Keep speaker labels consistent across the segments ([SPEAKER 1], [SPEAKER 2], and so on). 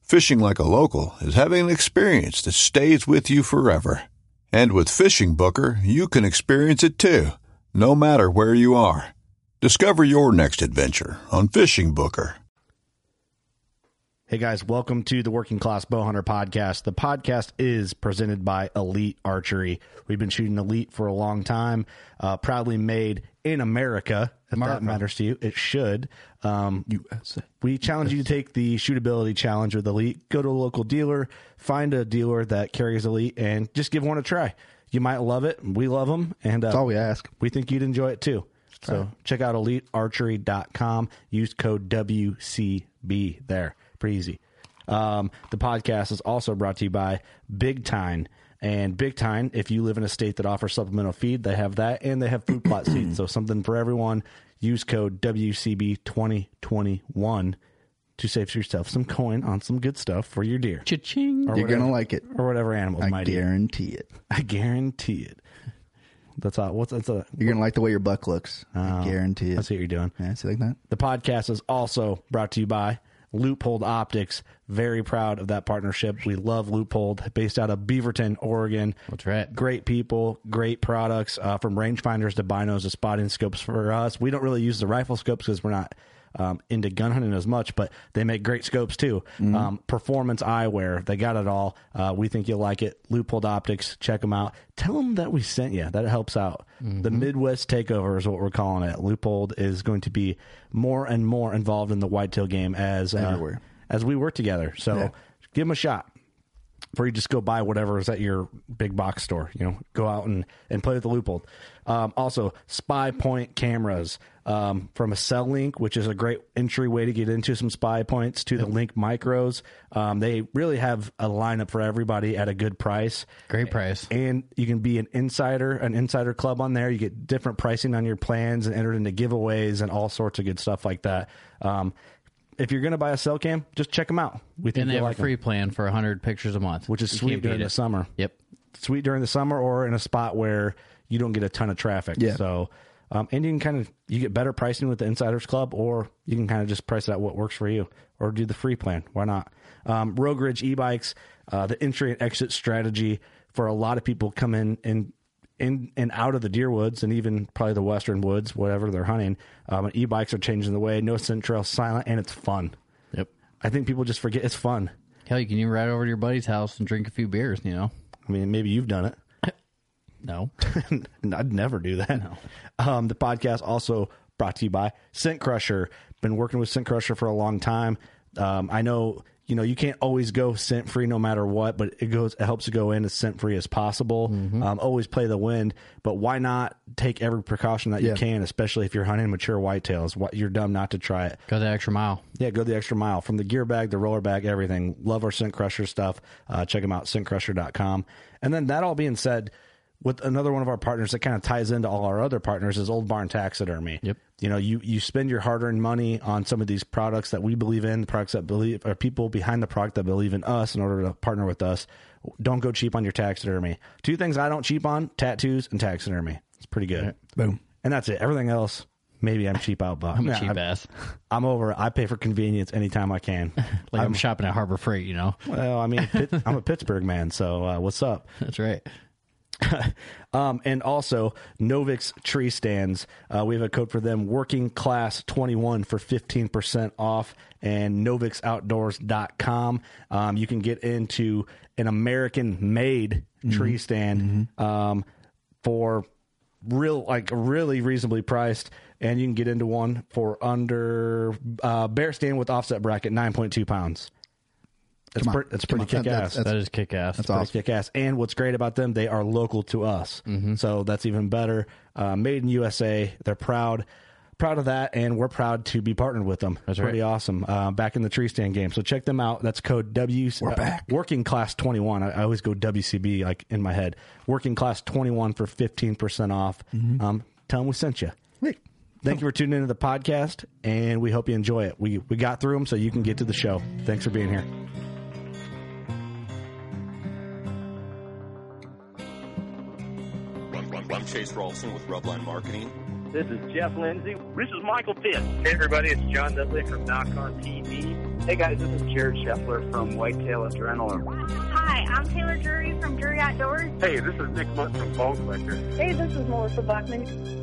[SPEAKER 1] Fishing like a local is having an experience that stays with you forever. And with Fishing Booker, you can experience it too, no matter where you are. Discover your next adventure on Fishing Booker.
[SPEAKER 2] Hey guys, welcome to the Working Class Bowhunter podcast. The podcast is presented by Elite Archery. We've been shooting Elite for a long time, uh, proudly made in America. If that
[SPEAKER 3] America.
[SPEAKER 2] matters to you, it should. Um,
[SPEAKER 3] USA.
[SPEAKER 2] we challenge you to take the shootability challenge with Elite. Go to a local dealer, find a dealer that carries Elite, and just give one a try. You might love it. We love them, and uh,
[SPEAKER 3] That's all we ask.
[SPEAKER 2] we think you'd enjoy it too. So check out elitearchery.com. Use code WCB there. Pretty easy. Um, the podcast is also brought to you by Big Time. And Big Time, if you live in a state that offers supplemental feed, they have that and they have food plot seeds. So something for everyone. Use code WCB2021 to save yourself some coin on some good stuff for your deer
[SPEAKER 3] Cha-ching. You're
[SPEAKER 2] whatever.
[SPEAKER 3] gonna like it.
[SPEAKER 2] or whatever animal
[SPEAKER 3] I
[SPEAKER 2] it might eat.
[SPEAKER 3] guarantee it.
[SPEAKER 2] I guarantee it. That's all. What's that's a,
[SPEAKER 3] You're gonna like the way your buck looks. Oh, I guarantee
[SPEAKER 2] That's
[SPEAKER 3] it.
[SPEAKER 2] what you're doing.
[SPEAKER 3] Yeah, see like that.
[SPEAKER 2] The podcast is also brought to you by Loophold Optics. Very proud of that partnership. We love Loophold, based out of Beaverton, Oregon.
[SPEAKER 4] That's right.
[SPEAKER 2] Great people, great products uh, from rangefinders to binos to spotting scopes for us. We don't really use the rifle scopes because we're not um, into gun hunting as much, but they make great scopes too. Um, performance eyewear, they got it all. Uh, we think you'll like it. Loophole Optics, check them out. Tell them that we sent you. That helps out. The Midwest Takeover is what we're calling it. Loophole is going to be more and more involved in the whitetail game as uh,
[SPEAKER 3] Everywhere.
[SPEAKER 2] as we work together. So give them a shot before you just go buy whatever is at your big box store. You know, go out and, and play with the loophole. Um, also, spy point cameras um, from a cell link, which is a great entry way to get into some spy points to the link micros. Um, they really have a lineup for everybody at a good price.
[SPEAKER 4] Great price.
[SPEAKER 2] And you can be an insider, an insider club on there. You get different pricing on your plans and entered into giveaways and all sorts of good stuff like that. Um, if you're going to buy a cell cam, just check them out. We think
[SPEAKER 4] And they
[SPEAKER 2] you'll
[SPEAKER 4] have
[SPEAKER 2] like
[SPEAKER 4] a
[SPEAKER 2] 'em,
[SPEAKER 4] free plan for 100 pictures a month.
[SPEAKER 2] which is
[SPEAKER 4] You
[SPEAKER 2] sweet
[SPEAKER 4] can't beat
[SPEAKER 2] during the
[SPEAKER 4] it.
[SPEAKER 2] summer
[SPEAKER 4] Yep.
[SPEAKER 2] sweet during the summer or in a spot where you don't get a ton of traffic.
[SPEAKER 3] Yeah.
[SPEAKER 2] So, um, and you can kind of you get better pricing with the Insiders Club, or you can kind of just price out what works for you, or do the free plan. Why not? Um, Rogue Ridge e-bikes, uh, the entry and exit strategy for a lot of people come in and in and out of the deer woods and even probably the western woods, whatever they're hunting. Um, and e-bikes are changing the way. No scent trail, silent, and it's fun.
[SPEAKER 4] Yep.
[SPEAKER 2] I think people just forget it's fun.
[SPEAKER 4] Hell, you can even ride over to your buddy's house and drink a few beers, you know?
[SPEAKER 2] I mean, maybe you've done it.
[SPEAKER 4] No.
[SPEAKER 2] And I'd never do that. Um, the podcast also brought to you by Scent Crusher. Been working with Scent Crusher for a long time. Um, I know you know you can't always go scent free no matter what, but it goes it helps to go in as scent free as possible. Um, always play the wind, but why not take every precaution that you
[SPEAKER 3] Yeah.
[SPEAKER 2] can, especially if you're hunting mature whitetails. What you're dumb not to try it.
[SPEAKER 4] Go the extra mile.
[SPEAKER 2] Yeah, go the extra mile from the gear bag, the roller bag, everything. Love our Scent Crusher stuff. Uh, check them out, scentcrusher.com. And then that all being said, with another one of our partners that kind of ties into all our other partners is Old Barn Taxidermy.
[SPEAKER 4] Yep.
[SPEAKER 2] You know, you you spend your hard earned money on some of these products that we believe in, products that believe or people behind the product that believe in us in order to partner with us. Don't go cheap on your taxidermy. Two things I don't cheap on tattoos and taxidermy. It's pretty good.
[SPEAKER 3] Boom.
[SPEAKER 2] And that's it. Everything else, maybe I'm cheap out, but
[SPEAKER 4] I'm a
[SPEAKER 2] Nah,
[SPEAKER 4] cheap
[SPEAKER 2] I'm,
[SPEAKER 4] ass.
[SPEAKER 2] I'm over it. I pay for convenience anytime I can.
[SPEAKER 4] Like I'm, shopping at Harbor Freight, you know?
[SPEAKER 2] well, I mean, Pitt, I'm a Pittsburgh man, so uh, what's up?
[SPEAKER 4] That's right.
[SPEAKER 2] Um, and also Novix tree stands. Uh, we have a code for them working class 21 for 15% off and novixoutdoors.com. Um, you can get into an American made
[SPEAKER 3] Mm-hmm.
[SPEAKER 2] tree stand, um, for real, like really reasonably priced. And you can get into one for under, uh, bear stand with offset bracket, 9.2 pounds. That's,
[SPEAKER 3] Come on.
[SPEAKER 2] pre- that's pretty
[SPEAKER 3] Come on.
[SPEAKER 2] kick
[SPEAKER 3] That-
[SPEAKER 2] ass
[SPEAKER 3] that's-
[SPEAKER 4] that is kick ass.
[SPEAKER 3] That's
[SPEAKER 2] pretty
[SPEAKER 3] awesome. Mm-hmm.
[SPEAKER 2] kick ass. And what's great about them, they are local to us, so that's even better. Uh, made in USA. They're proud, proud of that, and we're proud to be partnered with them. That's pretty awesome. Uh, back in the tree stand game, so check them out. That's code W. We're
[SPEAKER 3] back.
[SPEAKER 2] Working class twenty one. I, I always go WCB like in my head. Working class twenty one for fifteen percent off.
[SPEAKER 3] Mm-hmm.
[SPEAKER 2] Um, tell them we sent you. Thank you for tuning into the podcast, and we hope you enjoy it. We we got through them, so you can get to the show. Thanks for being here.
[SPEAKER 5] I'm Chase Rolfson with Rubline Marketing.
[SPEAKER 6] This is Jeff Lindsay. This is Michael Pitt. Hey, everybody, it's John Dudley from Knock on TV. Hey, guys, this is Jared Scheffler from Whitetail Adrenaline.
[SPEAKER 7] Hi, I'm Taylor Drury from Drury Outdoors.
[SPEAKER 6] Hey, this is Nick Munt from Bone Collector.
[SPEAKER 7] Hey, this is Melissa Buckman.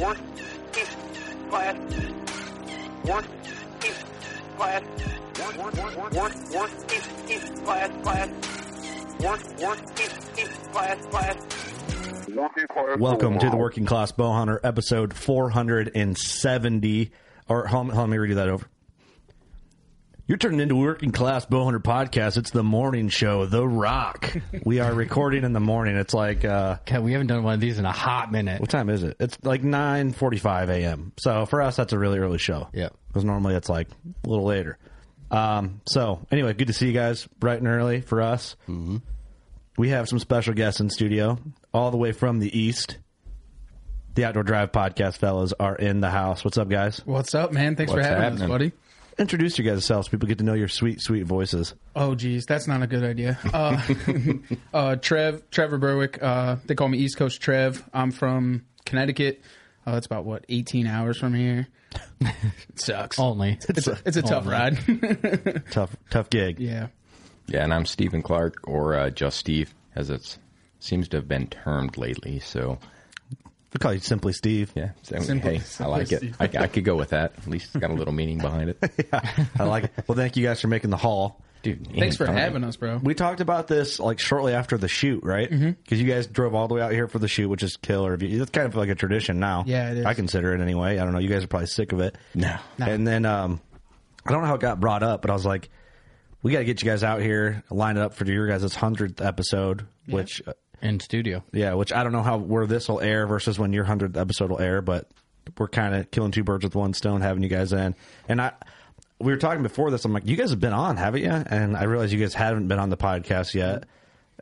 [SPEAKER 6] Working class. Working class. Working working class. Class. Working class. Class. Working class.
[SPEAKER 2] Welcome to the Working Class Bow Hunter, episode 470. Or hold on, let me read that over. You're turning into Working Class Bow Hunter podcast. It's the morning show, The Rock. we are recording in the morning. It's like uh,
[SPEAKER 4] God, we haven't done one of these in a hot minute.
[SPEAKER 2] what time is it? It's like 9:45 a.m. So for us, that's a really early show.
[SPEAKER 4] Yeah.
[SPEAKER 2] because normally it's like a little later. Um, so anyway, good to see you guys bright and early for us. Mm-hmm. We have some special guests in studio, all the way from the east. The Outdoor Drive podcast fellows are in the house. What's up, guys?
[SPEAKER 8] What's up, man? Thanks for having us, buddy.
[SPEAKER 2] Introduce you guys yourselves. People get to know your sweet, sweet voices.
[SPEAKER 8] Oh, geez, that's not a good idea. Uh, uh, Trev, Trevor Berwick. Uh, they call me East Coast Trev. I'm from Connecticut. Uh, it's about what 18 hours from here. It sucks.
[SPEAKER 4] Only.
[SPEAKER 8] it's a, it's a tough ride.
[SPEAKER 2] Tough, tough gig.
[SPEAKER 8] yeah.
[SPEAKER 9] Yeah, and I'm Stephen Clark, or uh, just Steve, as it seems to have been termed lately. So,
[SPEAKER 2] We call you simply Steve.
[SPEAKER 9] yeah, so,
[SPEAKER 8] Simple-
[SPEAKER 9] hey, I
[SPEAKER 8] simple
[SPEAKER 9] like it.
[SPEAKER 8] Steve.
[SPEAKER 9] I, I could go with that. At least it's got a little meaning behind it.
[SPEAKER 2] I like it. Well, thank you guys for making the haul.
[SPEAKER 9] Dude,
[SPEAKER 8] Thanks for
[SPEAKER 9] anytime.
[SPEAKER 8] having us, bro. Mm-hmm.
[SPEAKER 2] We talked about this like shortly after the shoot, right? Because you guys drove all the way out here for the shoot, which is killer. If you- It's kind of like a tradition now.
[SPEAKER 8] Yeah, it is.
[SPEAKER 2] I consider it anyway. I don't know. You guys are probably sick of it.
[SPEAKER 9] No.
[SPEAKER 2] And then um, I don't know how it got brought up, but I was like, we got to get you guys out here, line it up for your guys' hundredth episode, which uh,
[SPEAKER 4] In studio.
[SPEAKER 2] yeah, which I don't know how where this will air versus when your hundredth episode will air, but we're kind of killing two birds with one stone, having you guys in. And I, we were talking before this. I'm like, you guys have been on, haven't you? And I realized you guys haven't been on the podcast yet.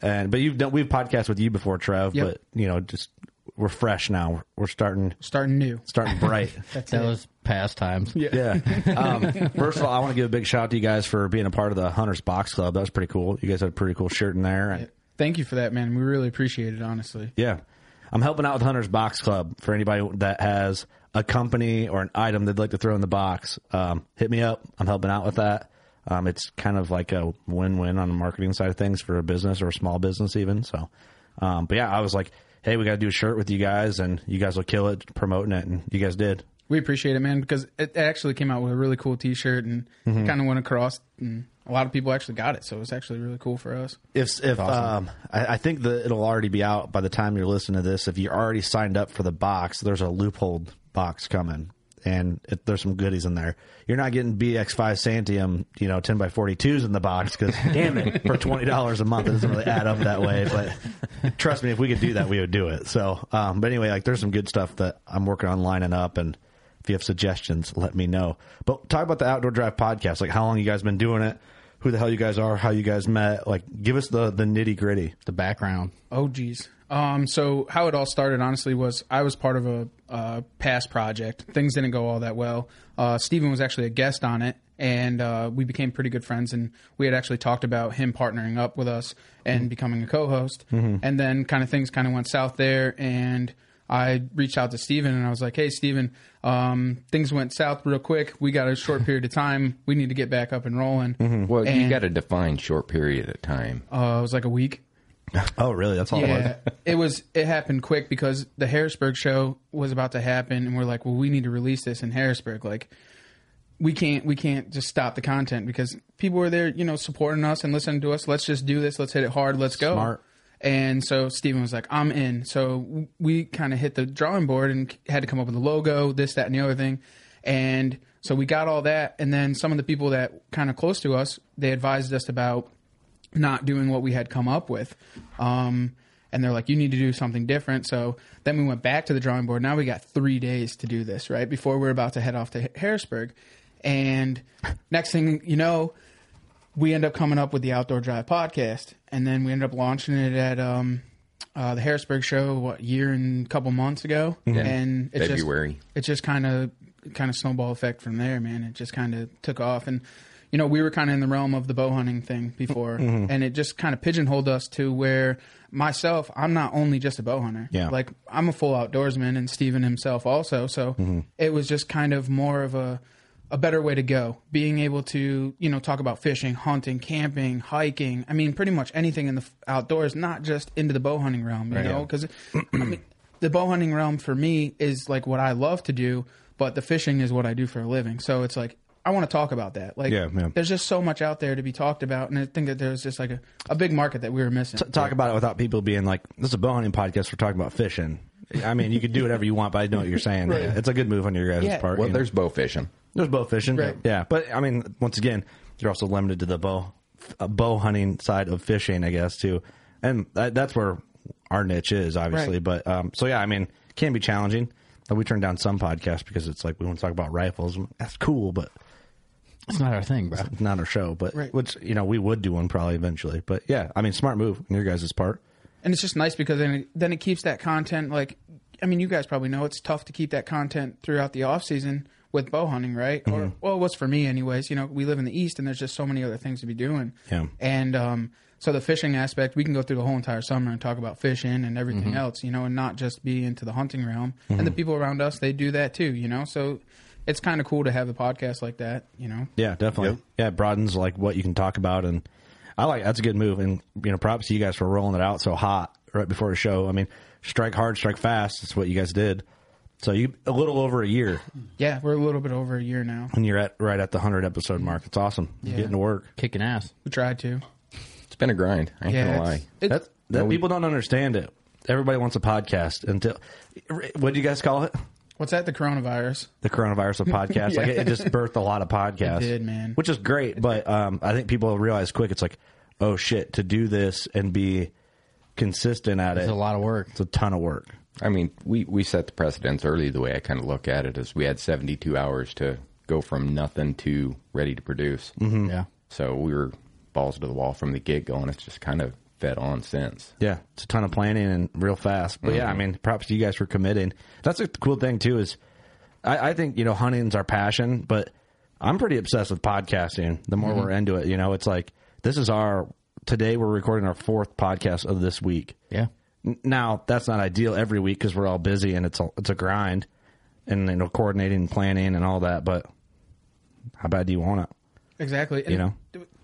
[SPEAKER 2] And but you've done we've podcast with you before, Trev.
[SPEAKER 8] Yep.
[SPEAKER 2] But you know, just we're fresh now. We're, we're starting
[SPEAKER 8] Starting new.
[SPEAKER 2] starting bright.
[SPEAKER 4] that was past times. Yeah.
[SPEAKER 2] Yeah. Um, first of all, I want to give a big shout out to you guys for being a part of the Hunters Box Club. That was pretty cool. You guys had a pretty cool shirt in there. And,
[SPEAKER 8] Thank you for that, man. We really appreciate it, honestly.
[SPEAKER 2] yeah. I'm helping out with Hunters Box Club for anybody that has a company or an item they'd like to throw in the box. Um, hit me up. I'm helping out with that. Um, it's kind of like a win win on the marketing side of things for a business or a small business, even. So, um, but yeah, I was like, hey, we got to do a shirt with you guys, and you guys will kill it promoting it. And you guys did.
[SPEAKER 8] We appreciate it, man, because it actually came out with a really cool T-shirt and kind of went across, and a lot of people actually got it, so it was actually really cool for us.
[SPEAKER 2] if if um, I, I think that it'll already be out by the time you're listening to this. If you already signed up for the box, there's a loophole box coming. and it, there's some goodies in there. You're not getting BX5 Santium, you know, 10 by 42s in the box because damn it, for twenty dollars a month, it doesn't really add up that way. But trust me, if we could do that, we would do it. So, um, but anyway, like there's some good stuff that I'm working on lining up and. If you have suggestions, let me know. But talk about the Outdoor Drive podcast, like how long you guys been doing it, who the hell you guys are, how you guys met. Like, give us the the nitty gritty.
[SPEAKER 4] The background.
[SPEAKER 8] Oh, geez. Um, so how it all started, honestly, was I was part of a uh, past project. Things didn't go all that well. Uh, Steven was actually a guest on it, and uh, we became pretty good friends. And we had actually talked about him partnering up with us and becoming a co-host. And then kind of things kind of went south there, and I reached out to Steven and I was like, "Hey, Steven, um, things went south real quick. We got a short period of time. We need to get back up and rolling."
[SPEAKER 6] Well, you
[SPEAKER 8] And-
[SPEAKER 6] got to define short period of time.
[SPEAKER 8] Uh, it was like a week.
[SPEAKER 2] Oh, really? That's all it was.
[SPEAKER 8] Yeah, it was. It happened quick because the Harrisburg show was about to happen, and we're like, well, we need to release this in Harrisburg. Like, we can't, we can't just stop the content because people were there, you know, supporting us and listening to us. Let's just do this. Let's hit it hard. Let's go.
[SPEAKER 4] Smart.
[SPEAKER 8] And so Steven was like, I'm in. So w- we kind of hit the drawing board and had to come up with a logo, this, that, and the other thing. And so we got all that. And then some of the people that kind of close to us, they advised us about not doing what we had come up with. Um, and they're like, you need to do something different. So then we went back to the drawing board. Now we got three days to do this, right? Before we're about to head off to Ha- Harrisburg. And next thing you know, we end up coming up with the Outdoor Drive podcast. And then we end up launching it at um, uh, the Harrisburg show, what, year and couple months ago? And it
[SPEAKER 6] February.
[SPEAKER 8] Just, it just kind of kind of snowball effect from there, man. It just kind of took off, and you know we were kind of in the realm of the bow hunting thing before, and it just kind of pigeonholed us to where myself, I'm not only just a bow hunter,
[SPEAKER 2] Yeah.
[SPEAKER 8] like I'm a full outdoorsman, and Steven himself also. So it was just kind of more of a a better way to go being able to you know talk about fishing hunting camping hiking i mean pretty much anything in the f- outdoors not just into the bow hunting realm you know because i mean the bow hunting realm for me is like what I love to do, but the fishing is what I do for a living. So it's like I want to talk about that. Like,
[SPEAKER 2] Yeah, yeah.
[SPEAKER 8] there's just so much out there to be talked about, and I think that there's just like a, a big market that we were missing.
[SPEAKER 2] T- talk about it without people being like, "This is a bow hunting podcast. We're talking about fishing." I mean, you could do whatever you want, but I know what you're saying. It's a good move on your guys'
[SPEAKER 8] Yeah.
[SPEAKER 2] part.
[SPEAKER 6] Well,
[SPEAKER 2] you know.
[SPEAKER 6] there's bow fishing.
[SPEAKER 2] There's bow fishing,
[SPEAKER 8] Right.
[SPEAKER 2] yeah. But I mean, once again, you're also limited to the bow, uh, bow hunting side of fishing, I guess, too. And that, that's where our niche is, obviously.
[SPEAKER 8] Right.
[SPEAKER 2] But um, so yeah, I mean, it can be challenging. And we turn down some podcasts because it's like we want to talk about rifles. That's cool, but
[SPEAKER 4] It's not our thing, bro.
[SPEAKER 2] it's not our show. But
[SPEAKER 8] Right.
[SPEAKER 2] which you know we would do one probably eventually. But yeah, I mean, smart move on your guys' part.
[SPEAKER 8] and it's just nice because then it, then it keeps that content like i mean you guys probably know it's tough to keep that content throughout the off season with bow hunting right
[SPEAKER 6] Mm-hmm.
[SPEAKER 8] or well it was for me anyways you know we live in the east and there's just so many other things to be doing
[SPEAKER 2] Yeah.
[SPEAKER 8] and um so the fishing aspect we can go through the whole entire summer and talk about fishing and everything
[SPEAKER 6] Mm-hmm.
[SPEAKER 8] else you know and not just be into the hunting realm and the people around us they do that too you know so it's kind of cool to have a podcast like that you know
[SPEAKER 2] Yeah, definitely. Yeah, it broadens like what you can talk about, and I like that's a good move. And you know, props to you guys for rolling it out so hot right before a show. I mean, strike hard, strike fast. That's what you guys did. So you a little over a year,
[SPEAKER 8] yeah we're a little bit over a year now
[SPEAKER 2] and you're at right at the hundred episode mark. It's awesome. You're
[SPEAKER 8] Yeah.
[SPEAKER 2] getting to work.
[SPEAKER 4] Kicking ass.
[SPEAKER 8] we tried to
[SPEAKER 6] It's been a grind. I ain't
[SPEAKER 8] yeah
[SPEAKER 6] gonna lie.
[SPEAKER 8] it's- it-
[SPEAKER 2] That, that people don't understand it. Everybody wants a podcast until what do you guys call it?
[SPEAKER 8] what's that the coronavirus
[SPEAKER 2] the coronavirus of podcasts. Like it, it just birthed a lot of podcasts.
[SPEAKER 8] It did, man.
[SPEAKER 2] Which is great, but um, I think people realize quick. It's like, oh shit, to do this and be consistent at
[SPEAKER 4] It's
[SPEAKER 2] it.
[SPEAKER 4] a lot of work.
[SPEAKER 2] It's a ton of work.
[SPEAKER 6] I mean, we, we set the precedence early. The way I kind of look at it is we had 72 hours to go from nothing to ready to produce. Mm-hmm.
[SPEAKER 4] Yeah.
[SPEAKER 6] So we were balls to the wall from the get go, and it's just kind of fed on since.
[SPEAKER 2] Yeah, it's a ton of planning and real fast. But yeah, I mean, props to you guys for committing. That's a cool thing too. Is I, I think you know hunting's our passion, but I'm pretty obsessed with podcasting. The more we're into it, you know, it's like this is our today. We're recording our fourth podcast of this week.
[SPEAKER 4] Yeah.
[SPEAKER 2] N- Now that's not ideal every week because we're all busy and it's a it's a grind, and you know coordinating, and planning, and all that. But how bad do you want it?
[SPEAKER 8] Exactly. And
[SPEAKER 2] You know?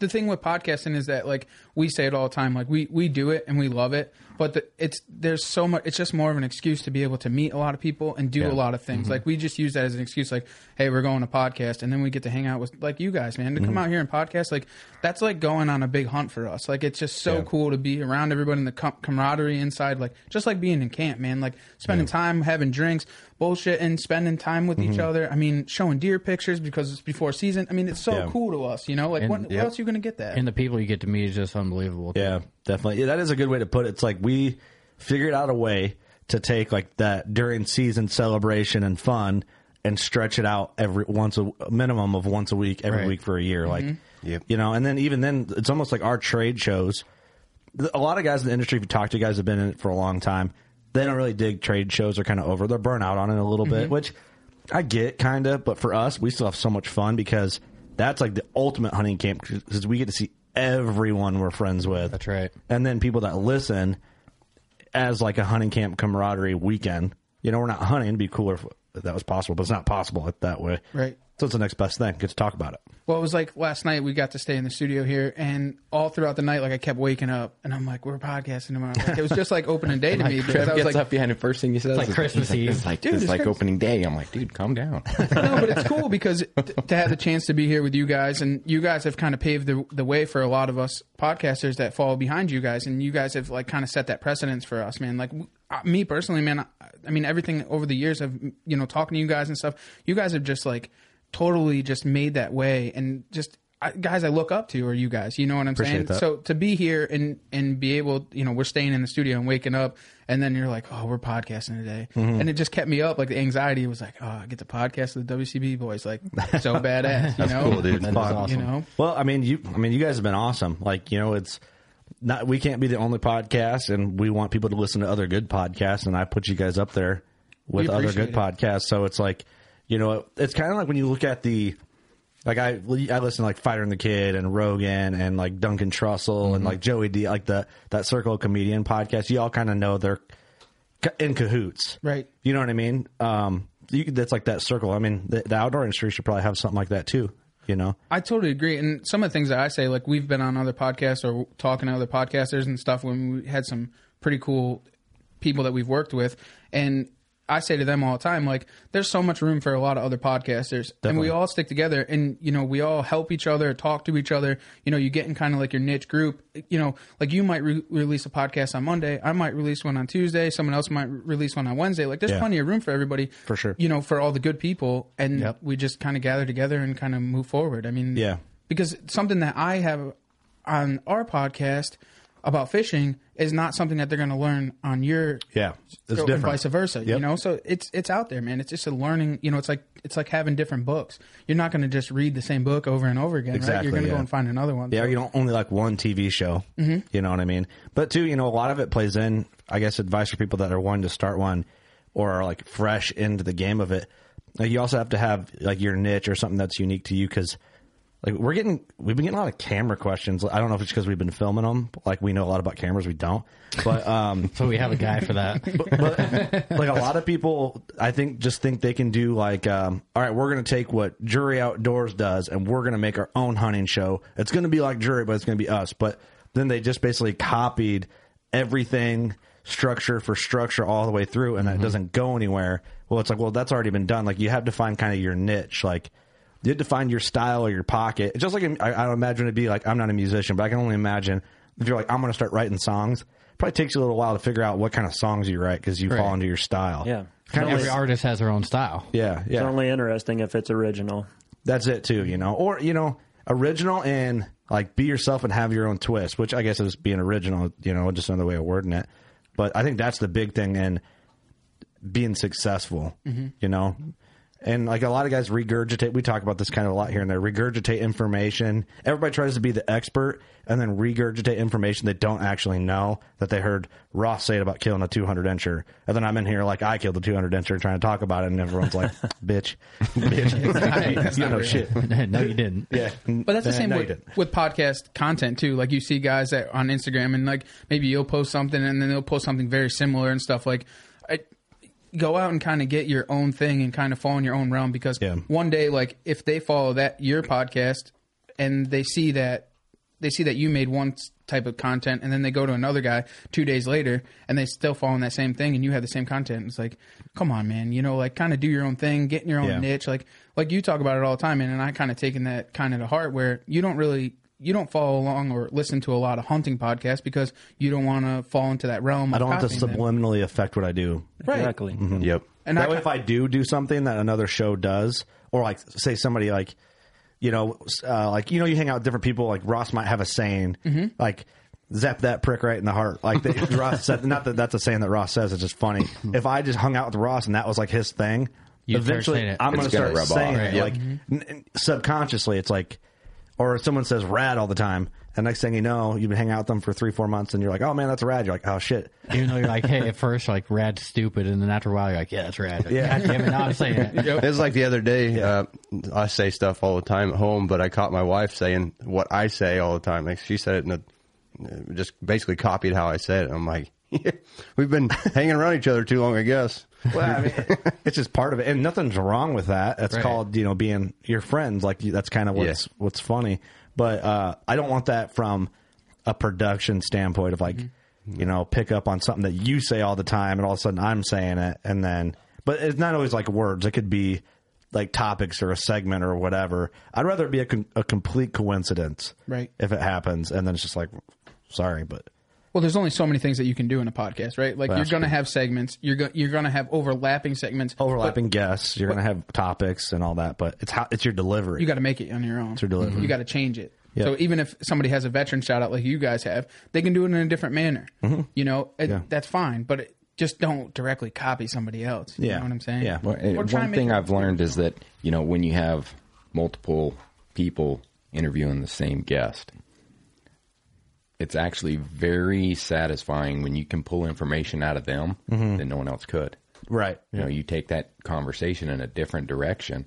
[SPEAKER 8] the thing with podcasting is that like we say it all the time like we we do it and we love it but the, it's there's so much it's just more of an excuse to be able to meet a lot of people and do
[SPEAKER 10] Yeah.
[SPEAKER 8] a lot of things
[SPEAKER 10] Mhm.
[SPEAKER 8] like we just use that as an excuse like hey we're going to podcast and then we get to hang out with like you guys man to come
[SPEAKER 10] Mhm.
[SPEAKER 8] out here and podcast like that's like going on a big hunt for us like it's just so
[SPEAKER 10] Yeah.
[SPEAKER 8] cool to be around everybody in the com- camaraderie inside like just like being in camp man like spending time having drinks bullshit and spending time with each
[SPEAKER 10] Mhm.
[SPEAKER 8] other i mean showing deer pictures because it's before season i mean it's so
[SPEAKER 2] Yeah.
[SPEAKER 8] cool to us you know like
[SPEAKER 2] And-
[SPEAKER 8] what, what
[SPEAKER 2] yep.
[SPEAKER 8] else are you gonna get that
[SPEAKER 2] the people you get to meet is just unbelievable. Yeah, definitely. Yeah, that is a good way to put it. It's like we figured out a way to take like that during season celebration and fun and stretch it out every once a a minimum of once a week every
[SPEAKER 11] Right.
[SPEAKER 2] week for a year like
[SPEAKER 11] Mhm.
[SPEAKER 2] you know and then even then it's almost like our trade shows th- a lot of guys in the industry if you talk to guys have been in it for a long time they don't really dig trade shows are kind of over they're burnt out on it a little bit
[SPEAKER 11] Mhm.
[SPEAKER 2] which i get kind of but for us we still have so much fun because that's like the ultimate hunting camp because we get to see everyone we're friends with that's right and then people that listen as like a hunting camp camaraderie weekend you know we're not hunting it'd be cooler if that was possible but it's not possible that way
[SPEAKER 8] Right.
[SPEAKER 2] so it's the next best thing get to talk about it
[SPEAKER 8] Well, it was like last night we got to stay in the studio here, and all throughout the night, like I kept waking up, and I'm like, "We're podcasting tomorrow." Like, it was just like opening day to me because
[SPEAKER 6] Trev
[SPEAKER 8] I was
[SPEAKER 6] gets
[SPEAKER 8] like,
[SPEAKER 6] up behind the first thing he says.
[SPEAKER 8] like
[SPEAKER 6] is
[SPEAKER 8] Christmas
[SPEAKER 6] he's like,
[SPEAKER 8] Eve.
[SPEAKER 6] It's like,
[SPEAKER 8] Dude,
[SPEAKER 6] it's
[SPEAKER 8] it's
[SPEAKER 6] like
[SPEAKER 8] Christmas-
[SPEAKER 6] opening day. I'm like, dude, calm down.
[SPEAKER 8] no, but it's cool because t- to have the chance to be here with you guys, and you guys have kind of paved the, the way for a lot of us podcasters that follow behind you guys, and you guys have like kind of set that precedence for us, man. Like w- uh, me personally, man, I, I mean everything over the years of you know talking to you guys and stuff, you guys have just like totally just made that way, and just I, guys I look up to are you guys. You know what I'm
[SPEAKER 2] Appreciate
[SPEAKER 8] saying?
[SPEAKER 2] that.
[SPEAKER 8] So to be here and and be able, you know, we're staying in the studio and waking up, and then you're like, oh, we're podcasting today,
[SPEAKER 2] Mhm.
[SPEAKER 8] and it just kept me up. Like the anxiety was like, oh, I get to podcast with the WCB boys, like so badass. You
[SPEAKER 2] That's
[SPEAKER 8] know,
[SPEAKER 2] cool, dude.
[SPEAKER 8] It's
[SPEAKER 2] Fuck.
[SPEAKER 8] You know,
[SPEAKER 2] Well, I mean, you. I mean, you guys have been awesome. Like, you know, it's not. We can't be the only podcast, and we want people to listen to other good podcasts. And I put you guys up there
[SPEAKER 11] We
[SPEAKER 2] with other
[SPEAKER 11] appreciate
[SPEAKER 2] good
[SPEAKER 11] it.
[SPEAKER 2] podcasts. So it's like, you know, it's kind of like when you look at the. Like I, I listen to like Fighter and the Kid and Rogan and like Duncan Trussell
[SPEAKER 11] Mm-hmm.
[SPEAKER 2] and like Joey D, like the that Circle of Comedian podcast. You all kind of know they're ca- in cahoots,
[SPEAKER 8] Right.
[SPEAKER 2] You know what I mean? Um, you, that's like that circle. I mean, the, the outdoor industry should probably have something like that too. You know,
[SPEAKER 8] I totally agree. And some of the things that I say, like we've been on other podcasts or talking to other podcasters and stuff when we had some pretty cool people that we've worked with. And I say to them all the time, like, there's so much room for a lot of other podcasters. And we
[SPEAKER 10] Definitely.
[SPEAKER 8] all stick together and, you know, we all help each other, talk to each other. You know, you get in kind of like your niche group. You know, like you might re- release a podcast on Monday. I might release one on Tuesday. Someone else might re- release one on Wednesday. Like, there's
[SPEAKER 2] Yeah.
[SPEAKER 8] plenty of room for everybody
[SPEAKER 2] for sure.
[SPEAKER 8] you know, for all the good people, and we just kind of gather together and kind of move forward. I mean,
[SPEAKER 2] Yeah.
[SPEAKER 8] because something that I have on our podcast about fishing is not something that they're going to learn on your
[SPEAKER 2] Yeah, it's
[SPEAKER 8] and
[SPEAKER 2] different.
[SPEAKER 8] vice versa. You
[SPEAKER 2] Yep.
[SPEAKER 8] know, so it's it's out there, man. It's just a learning. You know, it's like it's like having different books. You're not going to just read the same book over and over again. right? You're going to
[SPEAKER 2] yeah.
[SPEAKER 8] go and find another one.
[SPEAKER 2] Yeah, you don't only like one TV show.
[SPEAKER 8] Mhm.
[SPEAKER 2] You know what I mean? But too, you know, a lot of it plays in. I guess advice for people that are wanting to start one or are like fresh into the game of it. Like you also have to have like your niche or something that's unique to you because like we're getting we've been getting a lot of camera questions. I don't know if it's because we've been filming them. Like we know a lot about cameras, we don't. But um,
[SPEAKER 4] So we have a guy for that.
[SPEAKER 2] like a lot of people i think just think they can do like um, all right we're going to take what jury outdoors does and we're going to make our own hunting show it's going to be like jury but it's going to be us but then they just basically copied everything structure for structure all the way through and that doesn't go anywhere well it's like well that's already been done like you have to find kind of your niche like you have to find your style or your pocket. It's Just like I, I would imagine it'd be like, I'm not a musician, but I can only imagine if you're like, I'm going to start writing songs. Probably takes you a little while to figure out what kind of songs you write because you fall
[SPEAKER 4] Right.
[SPEAKER 2] into your style.
[SPEAKER 4] Yeah.
[SPEAKER 2] Kind of
[SPEAKER 4] Every artist has their own style.
[SPEAKER 2] yeah, yeah.
[SPEAKER 5] It's only interesting if it's original.
[SPEAKER 2] That's it too, you know. Or you know, original and like be yourself and have your own twist, which I guess is being original, you know, just another way of wording it. But I think that's the big thing in being successful,
[SPEAKER 11] Mhm.
[SPEAKER 2] you know. And like a lot of guys regurgitate, we talk about this kind of a lot here and there. Regurgitate information. Everybody tries to be the expert and then regurgitate information they don't actually know that they heard Ross say it about killing a 200 incher. And then I'm in here like I killed a 200 incher trying to talk about it, and everyone's like, "Bitch, bitch,
[SPEAKER 8] That's
[SPEAKER 2] you
[SPEAKER 8] not
[SPEAKER 2] know
[SPEAKER 8] real.
[SPEAKER 2] shit."
[SPEAKER 4] no, you didn't.
[SPEAKER 2] Yeah,
[SPEAKER 8] But that's the same
[SPEAKER 2] No, you
[SPEAKER 8] with,
[SPEAKER 2] didn't.
[SPEAKER 8] with podcast content too. Like you see guys that on Instagram and like maybe you'll post something and then they'll post something very similar and stuff. Like, I, go out and kind of get your own thing and kind of fall in your own realm because one day, like if they follow that your podcast and they see that they see that you made one s- type of content, and then they go to another guy two days later, and they still fall in that same thing, and you have the same content. It's like, come on, man, you know, like kind of do your own thing, get in your own
[SPEAKER 10] Yeah.
[SPEAKER 8] niche. Like like you talk about it all the time, man, and I kind of taken that kind of to heart where you don't really. You don't follow along or listen to a lot of hunting podcasts because you don't want to fall into that realm.
[SPEAKER 2] I
[SPEAKER 8] of
[SPEAKER 2] don't want to
[SPEAKER 8] copying them.
[SPEAKER 2] subliminally affect what I do.
[SPEAKER 8] Right. Exactly.
[SPEAKER 2] Mhm. Yep. And
[SPEAKER 8] And I
[SPEAKER 2] that way,
[SPEAKER 8] ca-
[SPEAKER 2] if I do do something that another show does, or like say somebody like, you know, uh, like you know, you hang out with different people. Like Ross might have a saying,
[SPEAKER 8] Mm-hmm.
[SPEAKER 10] Mhm.
[SPEAKER 2] like "zap that prick right in the heart." Like that Ross said, not that that's a saying that Ross says. It's just funny. if I just hung out with Ross and that was like his thing,
[SPEAKER 4] You'd start
[SPEAKER 2] eventually
[SPEAKER 4] saying it.
[SPEAKER 2] I'm going
[SPEAKER 4] It's
[SPEAKER 2] to
[SPEAKER 4] gonna
[SPEAKER 2] start
[SPEAKER 4] rub
[SPEAKER 2] saying
[SPEAKER 4] off.
[SPEAKER 2] it.
[SPEAKER 4] Right.
[SPEAKER 2] Like
[SPEAKER 4] Mhm.
[SPEAKER 8] Mm-hmm.
[SPEAKER 2] n- n- subconsciously, it's like. Or if someone says rad all the time, and next thing you know, you've been hanging out with them for three, four months, and you're like, "Oh man, that's rad." You're like, "Oh shit."
[SPEAKER 4] Even though you're like, hey, at first, like, rad's stupid. And then after a while, you're like, yeah, that's rad. Like,
[SPEAKER 11] Yeah.
[SPEAKER 4] God damn it. Now I'm saying it.
[SPEAKER 11] It's like the other day. Uh, I say stuff all the time at home, but I caught my wife saying what I say all the time. Like she said it, in a, just basically copied how I said it. I'm like, we've been hanging around each other too long, I guess.
[SPEAKER 2] Well, I mean, it's just part of it, and nothing's wrong with that. That's
[SPEAKER 11] Right.
[SPEAKER 2] called you know being your friends. Like that's kind of what's what's funny. But uh, I don't want that from a production standpoint of like
[SPEAKER 8] Mm-hmm.
[SPEAKER 2] you know pick up on something that you say all the time, and all of a sudden I'm saying it, and then but it's not always like words. It could be like topics or a segment or whatever. I'd rather it be a, con- a complete coincidence,
[SPEAKER 8] Right.
[SPEAKER 2] If it happens, and then it's just like, sorry, but
[SPEAKER 8] Well, there's only so many things that you can do in a podcast, right? Like
[SPEAKER 2] Well,
[SPEAKER 8] you're
[SPEAKER 2] that's
[SPEAKER 8] going to
[SPEAKER 2] true.
[SPEAKER 8] have segments. You're go- you're going to have overlapping segments.
[SPEAKER 2] overlapping guests. You're gonna have topics and all that, but it's how it's your
[SPEAKER 8] but
[SPEAKER 2] delivery.
[SPEAKER 8] You got to make it on your own.
[SPEAKER 2] It's your delivery.
[SPEAKER 8] You got to change it.
[SPEAKER 2] Yeah.
[SPEAKER 8] So even if somebody has a veteran shout out like you guys have, they can do it in a different manner.
[SPEAKER 6] Mhm.
[SPEAKER 8] You know, it,
[SPEAKER 6] Yeah.
[SPEAKER 8] that's fine, but it, just don't directly copy somebody else. You know what I'm saying?
[SPEAKER 6] Well, and
[SPEAKER 8] Or try
[SPEAKER 6] one
[SPEAKER 8] and make
[SPEAKER 6] thing
[SPEAKER 8] your-
[SPEAKER 6] I've learned is that you know when you have multiple people interviewing the same guest, it's actually very satisfying when you can pull information out of them
[SPEAKER 2] Mhm.
[SPEAKER 11] Mm-hmm.
[SPEAKER 6] that no one else could.
[SPEAKER 2] Right.
[SPEAKER 6] You know, you take that conversation in a different direction,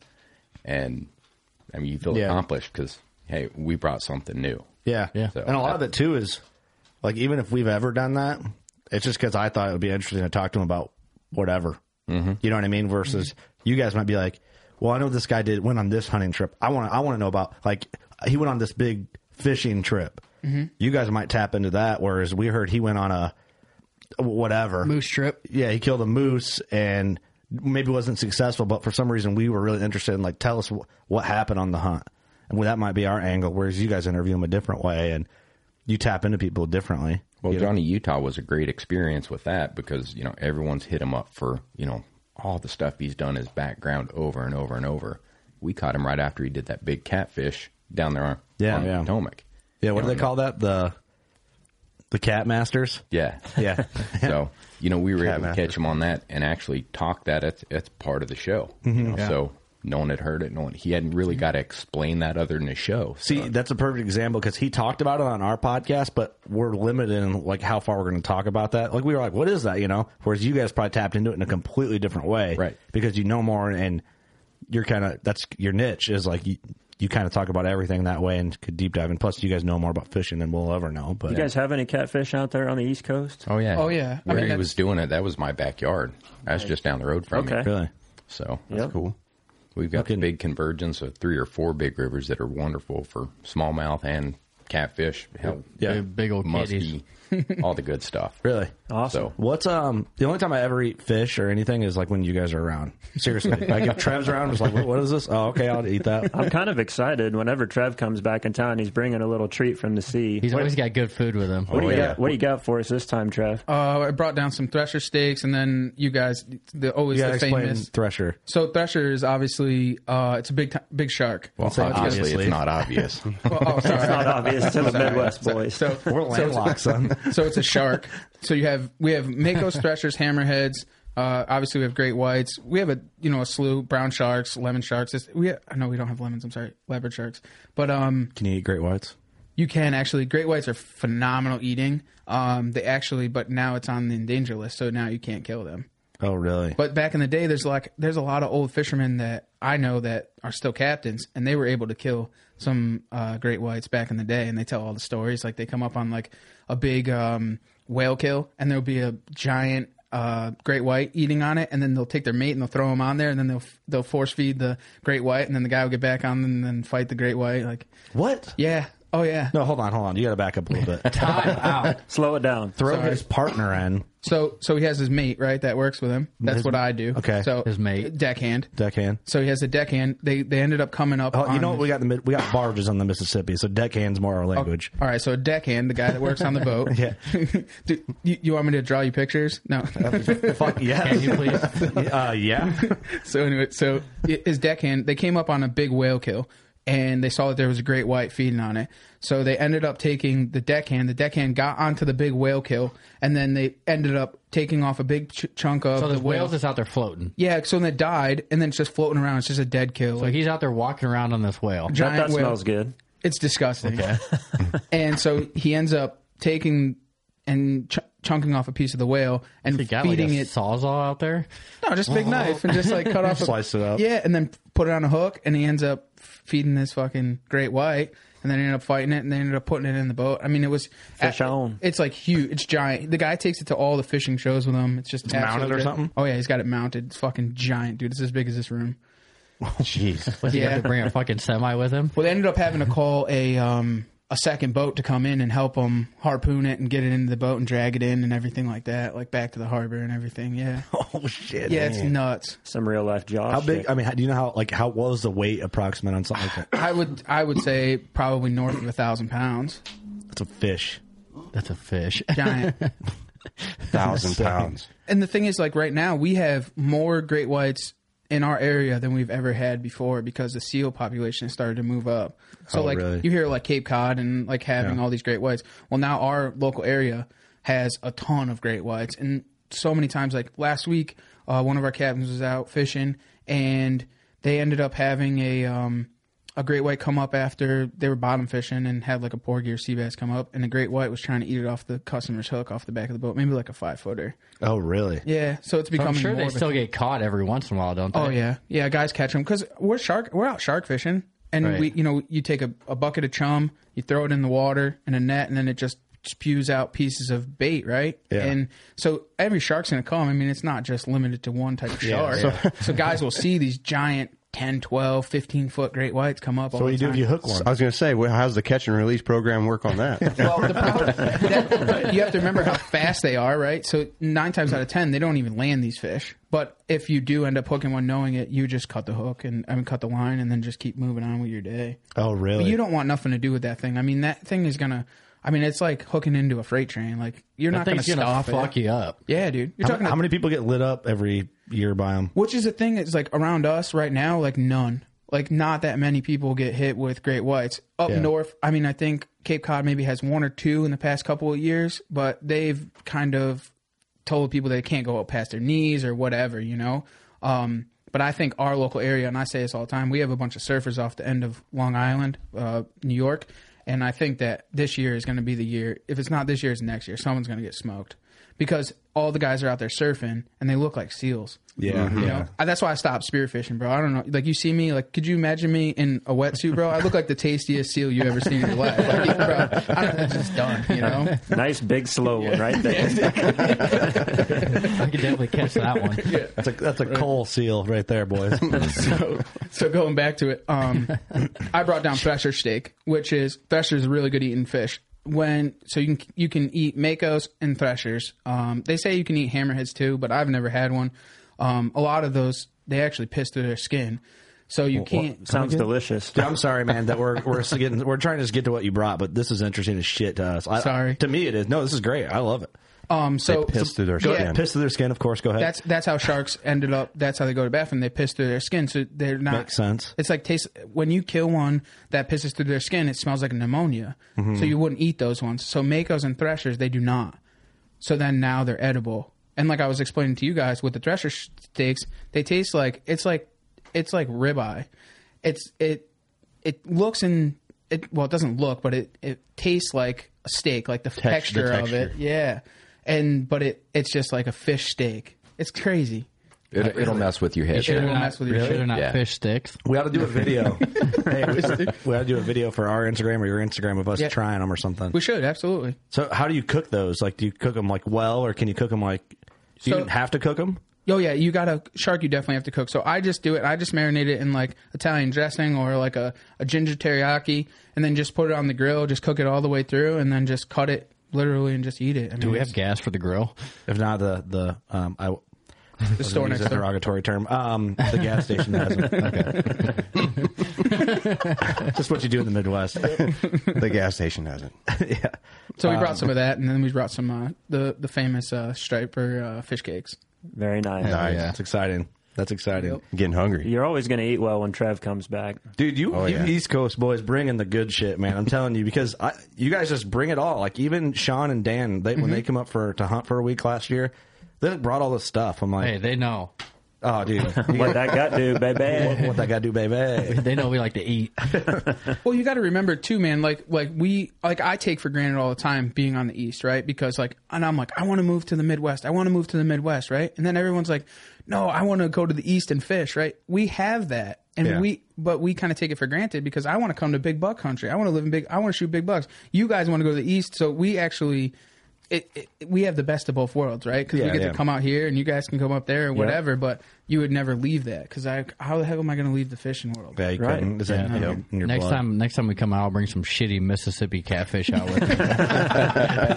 [SPEAKER 6] and I mean, you feel
[SPEAKER 2] Yeah.
[SPEAKER 6] accomplished because hey, we brought something new.
[SPEAKER 2] Yeah.
[SPEAKER 6] Yeah. So
[SPEAKER 2] and a lot of it too is like even if we've ever done that, it's just because I thought it would be interesting to talk to him about whatever. Mm-hmm. You know what I mean? Versus you guys might be like, well, I know this guy did went on this hunting trip. I want to I want to know about like he went on this big fishing trip.
[SPEAKER 10] Mhm.
[SPEAKER 2] You guys might tap into that. Whereas we heard he went on a whatever moose
[SPEAKER 4] trip.
[SPEAKER 2] Yeah, he killed a moose and maybe wasn't successful, but for some reason we were really interested in like tell us wh- what happened on the hunt. And well, that might be our angle, whereas you guys interview him a different way and you tap into people differently.
[SPEAKER 6] Well,
[SPEAKER 2] You know?
[SPEAKER 6] Johnny Utah was a great experience with that because you know everyone's hit him up for you know all the stuff he's done his background over and over and over. We caught him right after he did that big catfish down there on,
[SPEAKER 2] Yeah,
[SPEAKER 6] on
[SPEAKER 2] yeah.
[SPEAKER 6] Potomac.
[SPEAKER 2] Yeah, what do
[SPEAKER 6] You
[SPEAKER 2] they
[SPEAKER 6] know,
[SPEAKER 2] call that? The the cat masters?
[SPEAKER 6] Yeah,
[SPEAKER 2] Yeah.
[SPEAKER 6] so you know we were able to
[SPEAKER 2] Catmaster.
[SPEAKER 6] catch him on that and actually talk that. It's it's part of the show. You
[SPEAKER 2] Mhm.
[SPEAKER 6] know?
[SPEAKER 2] Yeah.
[SPEAKER 6] So no one had heard it. No one. He hadn't really got to explain that other than the show.
[SPEAKER 2] See, that's a perfect example because he talked about it on our podcast, but we're limited in like how far we're going to talk about that. Like we were like, "What is that?" You know, whereas you guys probably tapped into it in a completely different way, right? Because you know more and you're kind of that's your niche is like you, you kind of talk about everything that way and could deep dive. And plus, you guys know more about fishing than we'll ever know. But
[SPEAKER 5] You guys have any catfish out there on the East Coast?
[SPEAKER 6] Oh yeah.
[SPEAKER 5] Oh, yeah. I
[SPEAKER 6] Where
[SPEAKER 5] mean,
[SPEAKER 6] he
[SPEAKER 5] that's-
[SPEAKER 6] was doing it, that was my backyard. I was just down the road from
[SPEAKER 5] Okay.
[SPEAKER 6] it.
[SPEAKER 5] Really?
[SPEAKER 6] So that's
[SPEAKER 5] Yep.
[SPEAKER 6] cool. We've got the big convergence of three or four big rivers that are wonderful for smallmouth and catfish. Hell,
[SPEAKER 2] Yeah.
[SPEAKER 6] big, old musky, all the good stuff.
[SPEAKER 2] Really
[SPEAKER 6] Awesome. So-
[SPEAKER 2] What's um the only time I ever eat fish or anything is like when you guys are around. Seriously, like if Trev's around, I'm just like, what, what is this? Oh, okay, I'll eat that.
[SPEAKER 5] I'm kind of excited. Whenever Trev comes back in town, he's bringing a little treat from the sea.
[SPEAKER 4] He's always got Oh, good food with him.
[SPEAKER 8] Oh,
[SPEAKER 5] What do you got? What do you got for us this time, Trev?
[SPEAKER 8] Uh, I brought down some thresher steaks, and then you guys, the always
[SPEAKER 5] You gotta
[SPEAKER 8] the
[SPEAKER 5] explain
[SPEAKER 8] famous
[SPEAKER 2] thresher.
[SPEAKER 8] So thresher is obviously uh, it's a big ti- big shark.
[SPEAKER 6] Well,
[SPEAKER 8] So it's-
[SPEAKER 6] obviously, it's not obvious.
[SPEAKER 8] Well, oh, sorry.
[SPEAKER 5] It's not obvious to the
[SPEAKER 8] Sorry.
[SPEAKER 5] Midwest
[SPEAKER 8] So-
[SPEAKER 5] boys.
[SPEAKER 8] So,
[SPEAKER 5] We're
[SPEAKER 8] so it's-
[SPEAKER 5] landlocked, son.
[SPEAKER 8] So it's a shark. So you have we have makos, threshers, hammerheads. Uh, obviously, we have great whites. We have a you know a slew brown sharks, lemon sharks. This, we I know we don't have lemons. I'm sorry, leopard sharks. But um,
[SPEAKER 2] Can you eat great whites?
[SPEAKER 8] you can actually. Great whites are phenomenal eating. Um, they actually, but now it's on the endanger list, so now you can't kill them.
[SPEAKER 2] Oh, really?
[SPEAKER 8] But back in the day, there's like there's a lot of old fishermen that I know that are still captains, and they were able to kill some uh, great whites back in the day, and they tell all the stories. Like they come up on like a big um, whale kill, and there'll be a giant uh, great white eating on it, and then they'll take their mate and they'll throw them on there, and then they'll they'll force feed the great white, and then the guy will get back on them and then fight the great white. Like
[SPEAKER 2] what?
[SPEAKER 8] Yeah. Oh yeah.
[SPEAKER 2] No, hold on, hold on. You got to back up a little bit.
[SPEAKER 5] Slow it down.
[SPEAKER 2] Throw
[SPEAKER 8] Sorry.
[SPEAKER 2] his partner in.
[SPEAKER 8] So so he has his mate right that works with him. That's
[SPEAKER 2] His-
[SPEAKER 8] what I do.
[SPEAKER 2] okay.
[SPEAKER 8] So uh,
[SPEAKER 2] His mate.
[SPEAKER 8] deckhand.
[SPEAKER 2] Deckhand.
[SPEAKER 8] So he has a deckhand. They they ended up coming up.
[SPEAKER 2] Oh, you
[SPEAKER 8] on-
[SPEAKER 2] know what we got? In the mid- we got barges on the Mississippi, so deckhand's more our language.
[SPEAKER 8] All right, so a deckhand, the guy that works on the boat.
[SPEAKER 2] Yeah.
[SPEAKER 8] Dude, you, you want me to draw you pictures? No.
[SPEAKER 2] Fuck yeah.
[SPEAKER 8] Can you please?
[SPEAKER 2] uh, yeah.
[SPEAKER 8] so anyway, so i- his deckhand, they came up on a big whale kill, and they saw that there was a great white feeding on it. So they ended up taking the deckhand. The deckhand got onto the big whale kill, and then they ended up taking off a big ch- chunk of
[SPEAKER 4] So
[SPEAKER 8] the
[SPEAKER 4] there's whales
[SPEAKER 8] whale.
[SPEAKER 4] that's out there floating.
[SPEAKER 8] Yeah, so they died, and then it's just floating around. It's just a dead kill.
[SPEAKER 4] So he's out there walking around on this whale.
[SPEAKER 8] Giant That- that whale. smells
[SPEAKER 5] good.
[SPEAKER 8] It's disgusting. and so he ends up taking and ch- chunking off a piece of the whale and
[SPEAKER 4] got like
[SPEAKER 8] feeding
[SPEAKER 4] a
[SPEAKER 8] it
[SPEAKER 4] sawzall out there.
[SPEAKER 8] No, just a big knife and just like cut off, a-
[SPEAKER 2] Slice it up.
[SPEAKER 8] Yeah, and then put it on a hook, and he ends up feeding this fucking great white, and then ended up fighting it, and they ended up putting it in the boat. I mean, it was
[SPEAKER 5] Fish on.
[SPEAKER 8] It's like huge. It's giant. The guy takes it to all the fishing shows with him. It's just
[SPEAKER 2] It's mounted
[SPEAKER 8] absolutely
[SPEAKER 2] or
[SPEAKER 8] great.
[SPEAKER 2] something?
[SPEAKER 8] Oh yeah, he's got it mounted. It's fucking giant, dude. It's as big as this room.
[SPEAKER 2] Jeez.
[SPEAKER 4] Was he
[SPEAKER 8] Yeah.
[SPEAKER 4] have to bring a fucking semi with him?
[SPEAKER 8] Well, they ended up having to call a um a second boat to come in and help him harpoon it and get it into the boat and drag it in and everything like that, like back to the harbor and everything. Yeah.
[SPEAKER 2] Oh shit.
[SPEAKER 8] Yeah, it's nuts.
[SPEAKER 5] Some real life Josh.
[SPEAKER 2] How big?
[SPEAKER 5] shit.
[SPEAKER 2] I mean, how, do you know how? Like, how? What was the weight approximate on something like that?
[SPEAKER 8] I would I would say probably north of a thousand pounds.
[SPEAKER 2] That's a fish.
[SPEAKER 4] That's a fish.
[SPEAKER 8] Giant.
[SPEAKER 11] Thousand pounds.
[SPEAKER 8] and the thing is, like right now, we have more great whites in our area than we've ever had before because the seal population has started to move up. So
[SPEAKER 2] Oh,
[SPEAKER 8] like
[SPEAKER 2] really?
[SPEAKER 8] you hear like Cape Cod and like having
[SPEAKER 2] Yeah.
[SPEAKER 8] all these great whites. Well, now our local area has a ton of great whites, and so many times, like last week, uh, one of our captains was out fishing, and they ended up having a um, a great white come up after they were bottom fishing and had like a porgy or sea bass come up, and the great white was trying to eat it off the customer's hook off the back of the boat, maybe like a five footer.
[SPEAKER 2] Oh, really?
[SPEAKER 8] Yeah, so it's
[SPEAKER 4] So
[SPEAKER 8] becoming.
[SPEAKER 4] I'm sure
[SPEAKER 8] more
[SPEAKER 4] they
[SPEAKER 8] of a-
[SPEAKER 4] still get caught every once in a while, don't they?
[SPEAKER 8] Oh yeah, yeah. Guys catch them because we're shark. We're out shark fishing, and
[SPEAKER 4] Right.
[SPEAKER 8] we, you know, you take a, a bucket of chum, you throw it in the water in a net, and then it just spews out pieces of bait, right?
[SPEAKER 2] Yeah.
[SPEAKER 8] And so every shark's gonna come. I mean, it's not just limited to one type of
[SPEAKER 2] Yeah,
[SPEAKER 8] shark.
[SPEAKER 2] yeah.
[SPEAKER 8] So, guys will see these giant 10, 12, 15 foot great whites come up. all
[SPEAKER 2] So what do
[SPEAKER 8] the
[SPEAKER 2] you do
[SPEAKER 8] time.
[SPEAKER 2] if you hook one?
[SPEAKER 11] I was going to say, well, how's the catch and release program work on that?
[SPEAKER 8] Well, the problem, that, you have to remember how fast they are, right? So nine times out of ten, they don't even land these fish. But if you do end up hooking one, knowing it, you just cut the hook and I mean, cut the line, and then just keep moving on with your day.
[SPEAKER 2] Oh, really?
[SPEAKER 8] But you don't want nothing to do with that thing. I mean, that thing is gonna. I mean, it's like hooking into a freight train. Like you're
[SPEAKER 4] That
[SPEAKER 8] not gonna
[SPEAKER 4] thing's gonna
[SPEAKER 8] stop
[SPEAKER 4] fuck
[SPEAKER 8] it.
[SPEAKER 4] you up.
[SPEAKER 8] Yeah, dude. You're
[SPEAKER 2] how,
[SPEAKER 8] talking.
[SPEAKER 2] how many people get lit up every year by them?
[SPEAKER 8] Which is the thing is like around us right now, like none. Like not that many people get hit with great whites. Up
[SPEAKER 2] Yeah.
[SPEAKER 8] north, I mean, I think Cape Cod maybe has one or two in the past couple of years, but they've kind of told people they can't go up past their knees or whatever, you know. Um, but I think our local area, and I say this all the time, we have a bunch of surfers off the end of Long Island, uh, New York, and I think that this year is going to be the year. If it's not this year, it's next year. Someone's going to get smoked because all the guys are out there surfing and they look like seals.
[SPEAKER 2] Mm-hmm. Yeah,
[SPEAKER 8] You know, I, that's why I stopped spearfishing, bro. I don't know. Like, you see me, like, could you imagine me in a wetsuit, bro? I look like the tastiest seal you ever seen in your life. Like, bro, I don't, it's just done, you know?
[SPEAKER 5] nice big slow one right there.
[SPEAKER 4] I could definitely catch that one.
[SPEAKER 2] That's a that's a coal seal right there, boys.
[SPEAKER 8] so, so going back to it, um, I brought down Thresher steak, which is Thresher's a really good eating fish. When so you can you can eat makos and threshers. Um, they say you can eat hammerheads too, but I've never had one. Um, a lot of those they actually piss through their skin, so you can't.
[SPEAKER 5] Sounds delicious.
[SPEAKER 2] Dude, I'm sorry, man, that we're we're still getting we're trying to just get to what you brought, but this is interesting as shit to us. I,
[SPEAKER 8] Sorry.
[SPEAKER 2] to me it is. No, this is great. I love it.
[SPEAKER 8] Um, so
[SPEAKER 11] Pissed through their
[SPEAKER 8] Go
[SPEAKER 11] skin.
[SPEAKER 8] ahead.
[SPEAKER 2] Piss to their skin, of course. Go ahead.
[SPEAKER 8] that's that's how sharks ended up. That's how they go to bathroom. They piss through their skin, so they're not.
[SPEAKER 2] Makes sense.
[SPEAKER 8] It's like taste when you kill one that pisses through their skin. It smells like pneumonia, so you wouldn't eat those ones. So makos and threshers, they do not. So then now they're edible. And like I was explaining to you guys with the thresher sh- steaks, they taste like it's like it's like ribeye. It's it it looks and it well it doesn't look, but it it tastes like a steak, like the texture, of it. Yeah. And but it it's just like a fish steak. It's crazy.
[SPEAKER 6] It, will mess with your head.
[SPEAKER 8] It will mess with your
[SPEAKER 4] Should
[SPEAKER 8] shit.
[SPEAKER 4] have not
[SPEAKER 6] Yeah.
[SPEAKER 4] fish sticks.
[SPEAKER 2] we ought to do a video. hey, we, we ought to do a video for our Instagram or your Instagram of us
[SPEAKER 8] Yeah.
[SPEAKER 2] trying them or something.
[SPEAKER 8] We should absolutely.
[SPEAKER 2] So, how do you cook those? Like, do you cook them like well, or can you cook them like So, you have to cook them?
[SPEAKER 8] Oh yeah, you gotta shark. You definitely have to cook. So I just do it. I just marinate it in like Italian dressing or like a, a ginger teriyaki, and then just put it on the grill. Just cook it all the way through, and then just cut it literally and just eat it. I
[SPEAKER 2] Do we have
[SPEAKER 4] gas for the grill?
[SPEAKER 2] If not, the the um, I
[SPEAKER 8] The store next
[SPEAKER 2] a
[SPEAKER 8] door.
[SPEAKER 2] derogatory term. Um, the gas station that has them. Okay. Just what you do in the Midwest.
[SPEAKER 11] the gas station hasn't.
[SPEAKER 2] yeah.
[SPEAKER 8] So we
[SPEAKER 2] Um,
[SPEAKER 8] brought some of that, and then we brought some uh, the the famous uh, striper uh, fish cakes.
[SPEAKER 5] Very nice.
[SPEAKER 2] Nice. Oh, That's exciting. That's exciting.
[SPEAKER 11] Getting hungry. Oh,
[SPEAKER 5] You're always going to eat well when Trev comes back.
[SPEAKER 2] Dude, you, you
[SPEAKER 5] yeah.
[SPEAKER 2] East Coast boys bring in the good shit, man. I'm telling you because I, you guys just bring it all. Like even Sean and Dan, they, when they come up for to hunt for a week last year, they brought all this stuff. I'm like,
[SPEAKER 4] Hey, they know.
[SPEAKER 2] oh, dude,
[SPEAKER 5] What that got do, baby.
[SPEAKER 2] What, what that got do, baby?
[SPEAKER 4] They know we like to eat.
[SPEAKER 8] well, you got to remember too, man. Like, like we, like I take for granted all the time being on the East, right? Because like, and I'm like, I want to move to the Midwest. I want to move to the Midwest, right? And then everyone's like, No, I want to go to the East and fish, right? We have that, and
[SPEAKER 10] Yeah.
[SPEAKER 8] we, but we kind of take it for granted because I want to come to big buck country. I want to live in big. I want to shoot big bucks. You guys want to go to the East, so we actually. It, it, we have the best of both worlds, right? Because
[SPEAKER 10] Yeah,
[SPEAKER 8] we get
[SPEAKER 10] yeah.
[SPEAKER 8] to come out here and you guys can come up there or
[SPEAKER 10] Yeah.
[SPEAKER 8] whatever, but you would never leave that. Because I, how the hell am I going to leave the fishing world?
[SPEAKER 2] Yeah, you
[SPEAKER 4] Right.
[SPEAKER 2] couldn't. Is that, you know, in your
[SPEAKER 4] next
[SPEAKER 2] blood?
[SPEAKER 4] time, next time we come out, I'll bring some shitty Mississippi catfish out with me.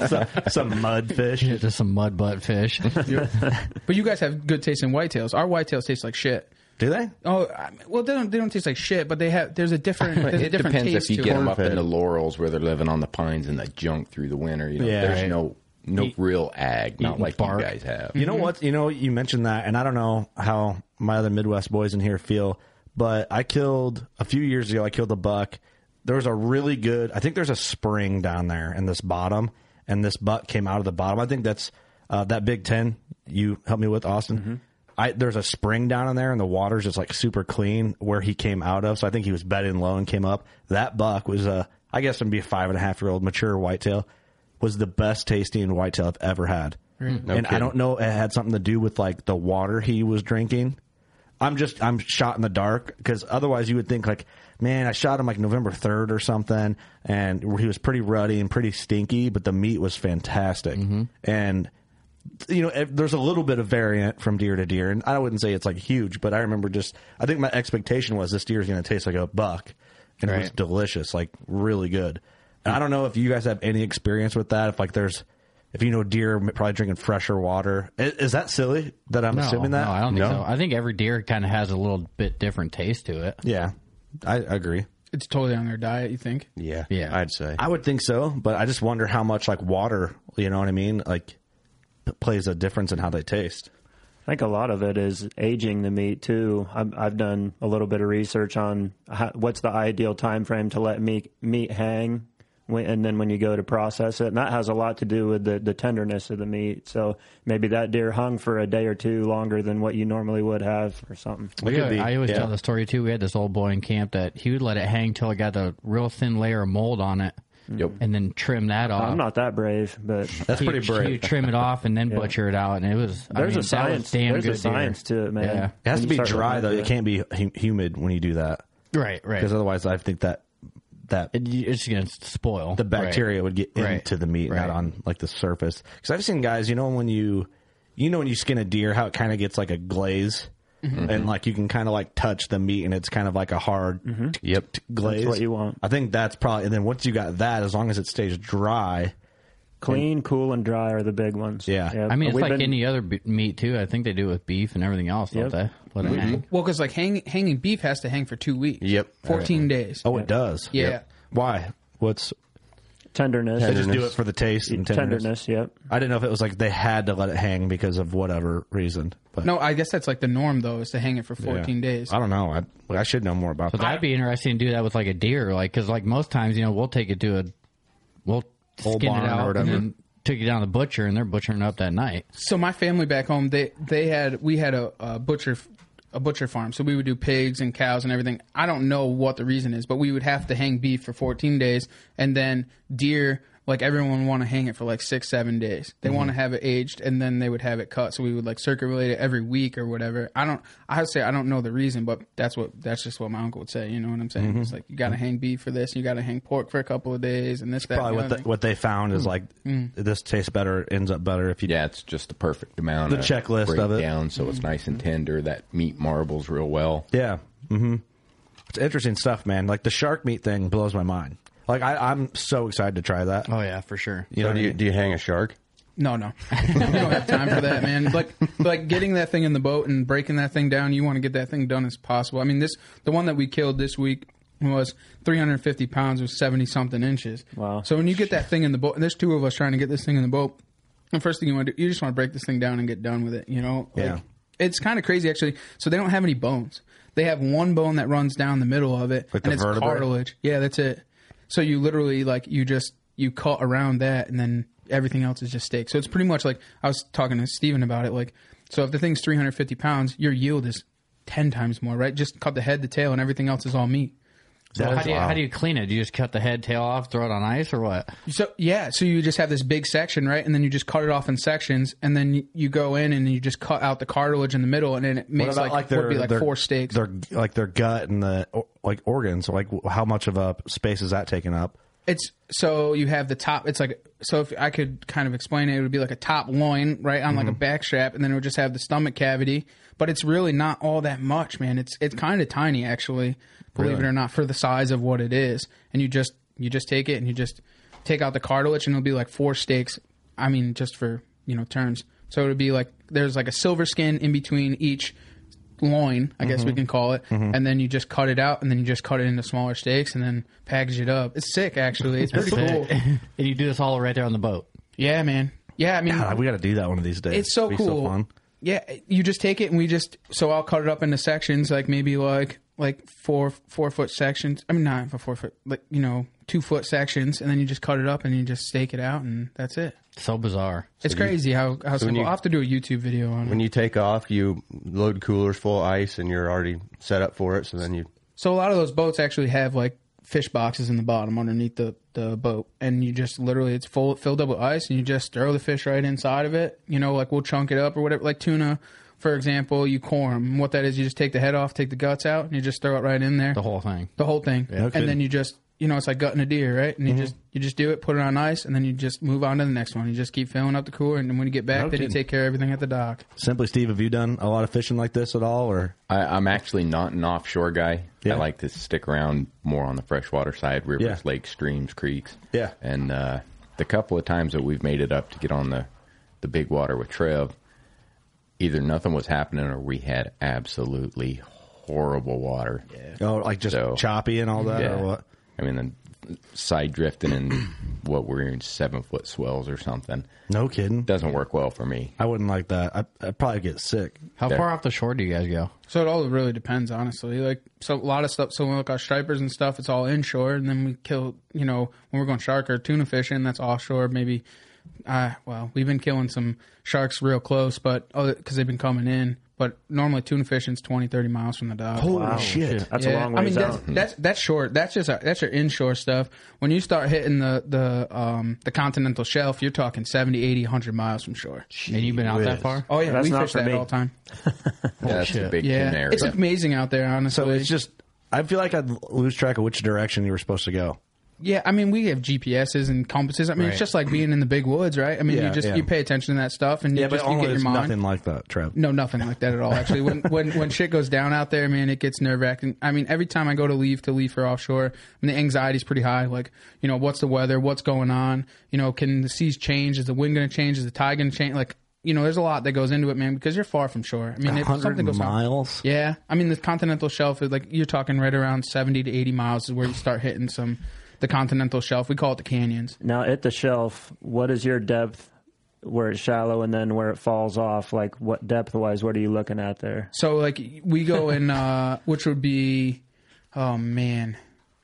[SPEAKER 2] some, some mud fish,
[SPEAKER 4] just some mud butt fish.
[SPEAKER 8] But you guys have good taste in whitetails. Our whitetails taste like shit.
[SPEAKER 2] Do they?
[SPEAKER 8] Oh, I mean, well, they don't. They don't taste like shit, but they have. There's a different.
[SPEAKER 6] But
[SPEAKER 8] There's a
[SPEAKER 6] it
[SPEAKER 8] different
[SPEAKER 6] depends
[SPEAKER 8] taste
[SPEAKER 6] if you
[SPEAKER 8] to
[SPEAKER 6] get
[SPEAKER 8] it.
[SPEAKER 6] them up in the laurels where they're living on the pines and the junk through the winter. You know,
[SPEAKER 2] Yeah.
[SPEAKER 6] there's
[SPEAKER 2] Right.
[SPEAKER 6] no no
[SPEAKER 2] Eat-
[SPEAKER 6] real ag, not
[SPEAKER 2] eating
[SPEAKER 6] like
[SPEAKER 2] bark.
[SPEAKER 6] you guys have.
[SPEAKER 2] You know what? You know, you mentioned that, and I don't know how my other Midwest boys in here feel, but I killed a few years ago. I killed a buck. There was a really good. I think there's a spring down there in this bottom, and this buck came out of the bottom. I think that's uh, that Big Ten you helped me with, Austin. I, there's a spring down in there, and the water's just like super clean where he came out of. So I think he was bedding low and came up. That buck was a, I guess, it'd be a five and a half year old mature whitetail. Was the best tasting whitetail I've ever had
[SPEAKER 10] Mm. No
[SPEAKER 2] and I
[SPEAKER 10] kidding.
[SPEAKER 2] don't know it had something to do with like the water he was drinking. I'm just I'm shot in the dark because otherwise you would think like, man, I shot him like November third or something, and he was pretty ruddy and pretty stinky, but the meat was fantastic, and you know if- there's a little bit of variant from deer to deer, and I wouldn't say it's like huge, but I remember just I think my expectation was this deer is going to taste like a buck, and it was
[SPEAKER 4] Right. Hmm.
[SPEAKER 2] delicious, like really good. And I don't know if you guys have any experience with that. If like there's, if you know deer probably drinking fresher water, I- is, that silly that I'm
[SPEAKER 4] no,
[SPEAKER 2] assuming that?
[SPEAKER 4] No, I don't think so. I think every deer kind of has a little bit different taste to it.
[SPEAKER 2] Yeah, I agree.
[SPEAKER 8] It's totally on their diet. You think?
[SPEAKER 11] Yeah,
[SPEAKER 4] yeah,
[SPEAKER 11] I'd say.
[SPEAKER 2] I would think so, but I just wonder how much like water, you know what I mean, like p- plays a difference in how they taste.
[SPEAKER 5] I think a lot of it is aging the meat too. I've, I've done a little bit of research on how, what's the ideal time frame to let meat meat hang, when, and then when you go to process it, and that has a lot to do with the, the tenderness of the meat. So maybe that deer hung for a day or two longer than what you normally would have, or something.
[SPEAKER 4] We had- I always tell the story too. We had this old boy in camp that he would let it hang till it got a real thin layer of mold on it,
[SPEAKER 6] yep.
[SPEAKER 4] and then trim that off.
[SPEAKER 5] Mm. I'm not that brave, but
[SPEAKER 4] He- He would trim it off and then butcher it out, and it was. I
[SPEAKER 5] There's
[SPEAKER 4] mean,
[SPEAKER 5] a
[SPEAKER 4] That
[SPEAKER 5] science.
[SPEAKER 4] was damn
[SPEAKER 5] There's
[SPEAKER 4] good
[SPEAKER 5] a science
[SPEAKER 4] deer.
[SPEAKER 5] to it, man.
[SPEAKER 4] Yeah.
[SPEAKER 2] It has
[SPEAKER 5] When
[SPEAKER 2] to
[SPEAKER 5] you
[SPEAKER 2] be
[SPEAKER 5] start
[SPEAKER 2] dry
[SPEAKER 5] looking
[SPEAKER 2] though.
[SPEAKER 5] at
[SPEAKER 2] It can't be hu- humid when you do that.
[SPEAKER 4] Right, right.
[SPEAKER 2] Because otherwise, I think that that
[SPEAKER 4] it's going to spoil.
[SPEAKER 2] The bacteria
[SPEAKER 4] Right.
[SPEAKER 2] would get
[SPEAKER 4] Right.
[SPEAKER 2] into the meat, not on like the surface. Because I've seen guys, you know, when you you know when you skin a deer, how it kind of gets like a glaze,
[SPEAKER 5] Mhm.
[SPEAKER 2] and like you can kind of like touch the meat, and it's kind of like a hard
[SPEAKER 5] Mhm.
[SPEAKER 2] t- yep glaze.
[SPEAKER 5] That's what you want.
[SPEAKER 2] I think that's probably. And then once you got that, as long as it stays dry,
[SPEAKER 5] Clean, cool, and dry are the big ones.
[SPEAKER 2] Yeah,
[SPEAKER 4] I mean, it's like any other b- meat too. I think they do it with beef and everything else, don't they? uh, Let it hang.
[SPEAKER 8] Well, because like hang, hanging beef has to hang for two weeks.
[SPEAKER 2] Yep.
[SPEAKER 8] 14 days.
[SPEAKER 2] Oh, it does.
[SPEAKER 8] Yeah.
[SPEAKER 2] Why? What's
[SPEAKER 5] tenderness?
[SPEAKER 2] They just do it for the taste and tenderness.
[SPEAKER 5] Tenderness, Yep.
[SPEAKER 2] I didn't know if it was like they had to let it hang because of whatever reason. But
[SPEAKER 8] No, I guess that's like the norm though, is to hang it for
[SPEAKER 2] yeah.
[SPEAKER 8] 14 days.
[SPEAKER 2] I don't know. I I should know more about
[SPEAKER 4] But that'd be interesting to do that with like a deer, like because like most times, you know, we'll take it to a, we'll
[SPEAKER 2] Old
[SPEAKER 4] skin
[SPEAKER 2] barn
[SPEAKER 4] it
[SPEAKER 2] or
[SPEAKER 4] out and
[SPEAKER 2] whatever.
[SPEAKER 4] then take it down to the butcher, and they're butchering it up that night.
[SPEAKER 8] So my family back home, they they had we had a, a butcher a butcher farm, so we would do pigs and cows and everything. I don't know what the reason is, but we would have to hang beef for 14 days, and then deer like everyone want to hang it for like six, seven days.
[SPEAKER 2] Mm-hmm.
[SPEAKER 8] They want to
[SPEAKER 10] Mhm.
[SPEAKER 8] have it aged, and then they would have it cut. So we would like circulate it every week or whatever. I don't. I would say I don't know the reason, but that's what that's just what my uncle would say. You know what I'm saying?
[SPEAKER 2] Mhm.
[SPEAKER 8] It's like you got to hang beef for this, you got to hang pork for a couple of days, and this that.
[SPEAKER 2] Probably
[SPEAKER 8] and the
[SPEAKER 2] what
[SPEAKER 8] other
[SPEAKER 2] the, what they found is like
[SPEAKER 8] Mm.
[SPEAKER 2] this tastes better, ends up better if you.
[SPEAKER 6] Yeah, it's just the perfect amount.
[SPEAKER 2] The
[SPEAKER 6] of
[SPEAKER 2] checklist of it.
[SPEAKER 6] breakdown, so it's nice and tender. That meat marbles real well.
[SPEAKER 2] Yeah. Mm-hmm. It's interesting stuff, man. Like the shark meat thing blows my mind. Like I, I'm so excited to try that.
[SPEAKER 4] Oh yeah, for sure.
[SPEAKER 2] You know,
[SPEAKER 11] So do you, do you hang a shark?
[SPEAKER 8] No, no, we don't have time for that, man. Like, like getting that thing in the boat and breaking that thing down. You want to get that thing done as possible. I mean, this the one that we killed this week was 350 pounds with 70 something inches. Wow. So when you get that thing in the boat, and there's two of us trying to get this thing in the boat, the first thing you want to do, you just want to break this thing down and get done with it. You know, Like,
[SPEAKER 2] Yeah.
[SPEAKER 8] it's kind of crazy actually. So they don't have any bones. They have one bone that runs down the middle of it,
[SPEAKER 2] Like
[SPEAKER 8] and
[SPEAKER 2] the
[SPEAKER 8] it's
[SPEAKER 2] vertebrae?
[SPEAKER 8] cartilage. Yeah, that's it. So you literally like you just you cut around that, and then everything else is just steak. So it's pretty much like I was talking to Steven about it. Like, so if the thing's 350 pounds, your yield is 10 times more, right? Just cut the head, the tail, and everything else is all meat.
[SPEAKER 4] So how do, you, how do you clean it? Do you just cut the head tail off, throw it on ice, or what?
[SPEAKER 8] So yeah, so you just have this big section, right? And then you just cut it off in sections, and then you- you go in and you just cut out the cartilage in the middle, and then it
[SPEAKER 2] What
[SPEAKER 8] makes
[SPEAKER 2] about,
[SPEAKER 8] like, would be like four steaks.
[SPEAKER 2] Their like their gut and the or- like organs. Like w- how much of a space is that taking up?
[SPEAKER 8] It's so you have the top. It's like so. If I could kind of explain it, it would be like a top loin, right, on like a back strap, and then it would just have the stomach cavity. But it's really not all that much, man. It's it's kind of tiny, actually, believe
[SPEAKER 10] Really?
[SPEAKER 8] it or not, for the size of what it is. And you just you just take it and you just take out the cartilage, and it'll be like four steaks. I mean, just for you know terms. So it would be like there's like a silver skin in between each loin, I guess
[SPEAKER 11] Mm-hmm.
[SPEAKER 8] we
[SPEAKER 10] Mhm.
[SPEAKER 8] can call it,
[SPEAKER 10] Mhm.
[SPEAKER 8] and then you just cut it out, and then you just cut it into smaller steaks, and then package it up. It's sick, actually. It's pretty cool.
[SPEAKER 4] and you do this all right there on the boat.
[SPEAKER 8] Yeah, man. Yeah, I mean,
[SPEAKER 2] God, we got to do that one of these days.
[SPEAKER 8] It's so
[SPEAKER 2] It'd be
[SPEAKER 8] cool.
[SPEAKER 2] fun.
[SPEAKER 8] Yeah, you just take it and we just so I'll cut it up into sections, like maybe like like four four foot sections. I mean, not for four foot, like you know, two foot sections, and then you just cut it up and you just stake it out, and that's it.
[SPEAKER 4] So bizarre.
[SPEAKER 8] It's
[SPEAKER 11] So you-
[SPEAKER 8] crazy how how
[SPEAKER 11] so when
[SPEAKER 8] simple.
[SPEAKER 11] you-
[SPEAKER 8] I'll have to do a YouTube video on it.
[SPEAKER 11] When you take off, you load coolers full of ice, and you're already set up for it. So then you
[SPEAKER 8] So a lot of those boats actually have like fish boxes in the bottom underneath the, the boat, and you just literally it's full filled up with ice, and you just throw the fish right inside of it. You know, like we'll chunk it up or whatever. Like tuna, for example, you core 'em. What that is, you just take the head off, take the guts out, and you just throw it right in there. The
[SPEAKER 4] whole thing.
[SPEAKER 8] The whole thing.
[SPEAKER 4] Yeah, no
[SPEAKER 8] and
[SPEAKER 4] kidding.
[SPEAKER 8] then you just you know it's like gutting a deer, right? And you
[SPEAKER 4] Mhm.
[SPEAKER 8] just you just do it, put it on ice, and then you just move on to the next one. You just keep filling up the cooler, and then when you get back,
[SPEAKER 2] No
[SPEAKER 8] then you
[SPEAKER 2] kidding.
[SPEAKER 8] take care of everything at the dock.
[SPEAKER 2] Simply, Steve, have you done a lot of fishing like this at all? Or
[SPEAKER 6] I, I'm actually not an offshore guy. I like to stick around more on the freshwater side, rivers,
[SPEAKER 2] Yeah.
[SPEAKER 6] lakes, streams, creeks.
[SPEAKER 2] Yeah.
[SPEAKER 6] And uh, the couple of times that we've made it up to get on the, the big water with Trev, either nothing was happening or we had absolutely horrible water. Yeah.
[SPEAKER 2] Oh, like just choppy and all that, or uh, what?
[SPEAKER 6] I mean, the side drifting and what we're in seven foot swells or something.
[SPEAKER 2] No kidding.
[SPEAKER 6] Doesn't work well for me.
[SPEAKER 2] I wouldn't like that. I, I'd probably get sick.
[SPEAKER 4] How
[SPEAKER 6] Yeah.
[SPEAKER 4] far off the shore do you guys go?
[SPEAKER 8] So it all really depends, honestly. Like, so a lot of stuff. So when we look at stripers and stuff, it's all inshore, and then we kill. You know, when we're going shark or tuna fishing, that's offshore. Maybe, uh, well, we've been killing some sharks real close, but oh, because they've been coming in. But normally tuna fishing's 20, 30 miles from the dock.
[SPEAKER 5] Holy Wow. shit. That's a long
[SPEAKER 8] I mean,
[SPEAKER 5] ways
[SPEAKER 8] that's,
[SPEAKER 5] out.
[SPEAKER 8] that's that's short. That's just that's your inshore stuff. When you start hitting the the um the continental shelf, you're talking 70, 80, 100 miles from shore.
[SPEAKER 4] And you've been out that far?
[SPEAKER 8] Oh yeah, we fish that all the time.
[SPEAKER 6] That's
[SPEAKER 2] shit.
[SPEAKER 6] a big
[SPEAKER 8] Yeah,
[SPEAKER 6] canary.
[SPEAKER 8] it's amazing out there, honestly.
[SPEAKER 2] So it's just, I feel like I'd lose track of which direction you were supposed to go.
[SPEAKER 8] Yeah, I mean, we have GPSs and compasses. I mean,
[SPEAKER 2] Right.
[SPEAKER 8] it's just like being in the big woods, right? I mean,
[SPEAKER 2] Yeah,
[SPEAKER 8] you just
[SPEAKER 2] yeah.
[SPEAKER 8] you pay attention to that stuff, and you
[SPEAKER 2] yeah, but
[SPEAKER 8] just you
[SPEAKER 2] only
[SPEAKER 8] get your
[SPEAKER 2] there's
[SPEAKER 8] mind.
[SPEAKER 2] nothing like that, Trev.
[SPEAKER 8] No, nothing like that at all. Actually, when when when shit goes down out there, man, it gets nerve wracking. I mean, every time I go to leave to leave for offshore, I mean, the anxiety's pretty high. Like, you know, what's the weather? What's going on? You know, can the seas change? Is the wind going to change? Is the tide going to change? Like, you know, there's a lot that goes into it, man, because you're far from shore. I mean, if
[SPEAKER 2] 100
[SPEAKER 8] something goes on,
[SPEAKER 2] miles.
[SPEAKER 8] yeah, I mean the continental shelf is like you're talking right around seventy to eighty miles is where you start hitting some the continental shelf. We call it the canyons.
[SPEAKER 5] Now at the shelf, what is your depth where it's shallow and then where it falls off? Like what depth wise, what are you looking at there?
[SPEAKER 8] So like we go in, uh, which would be, oh man,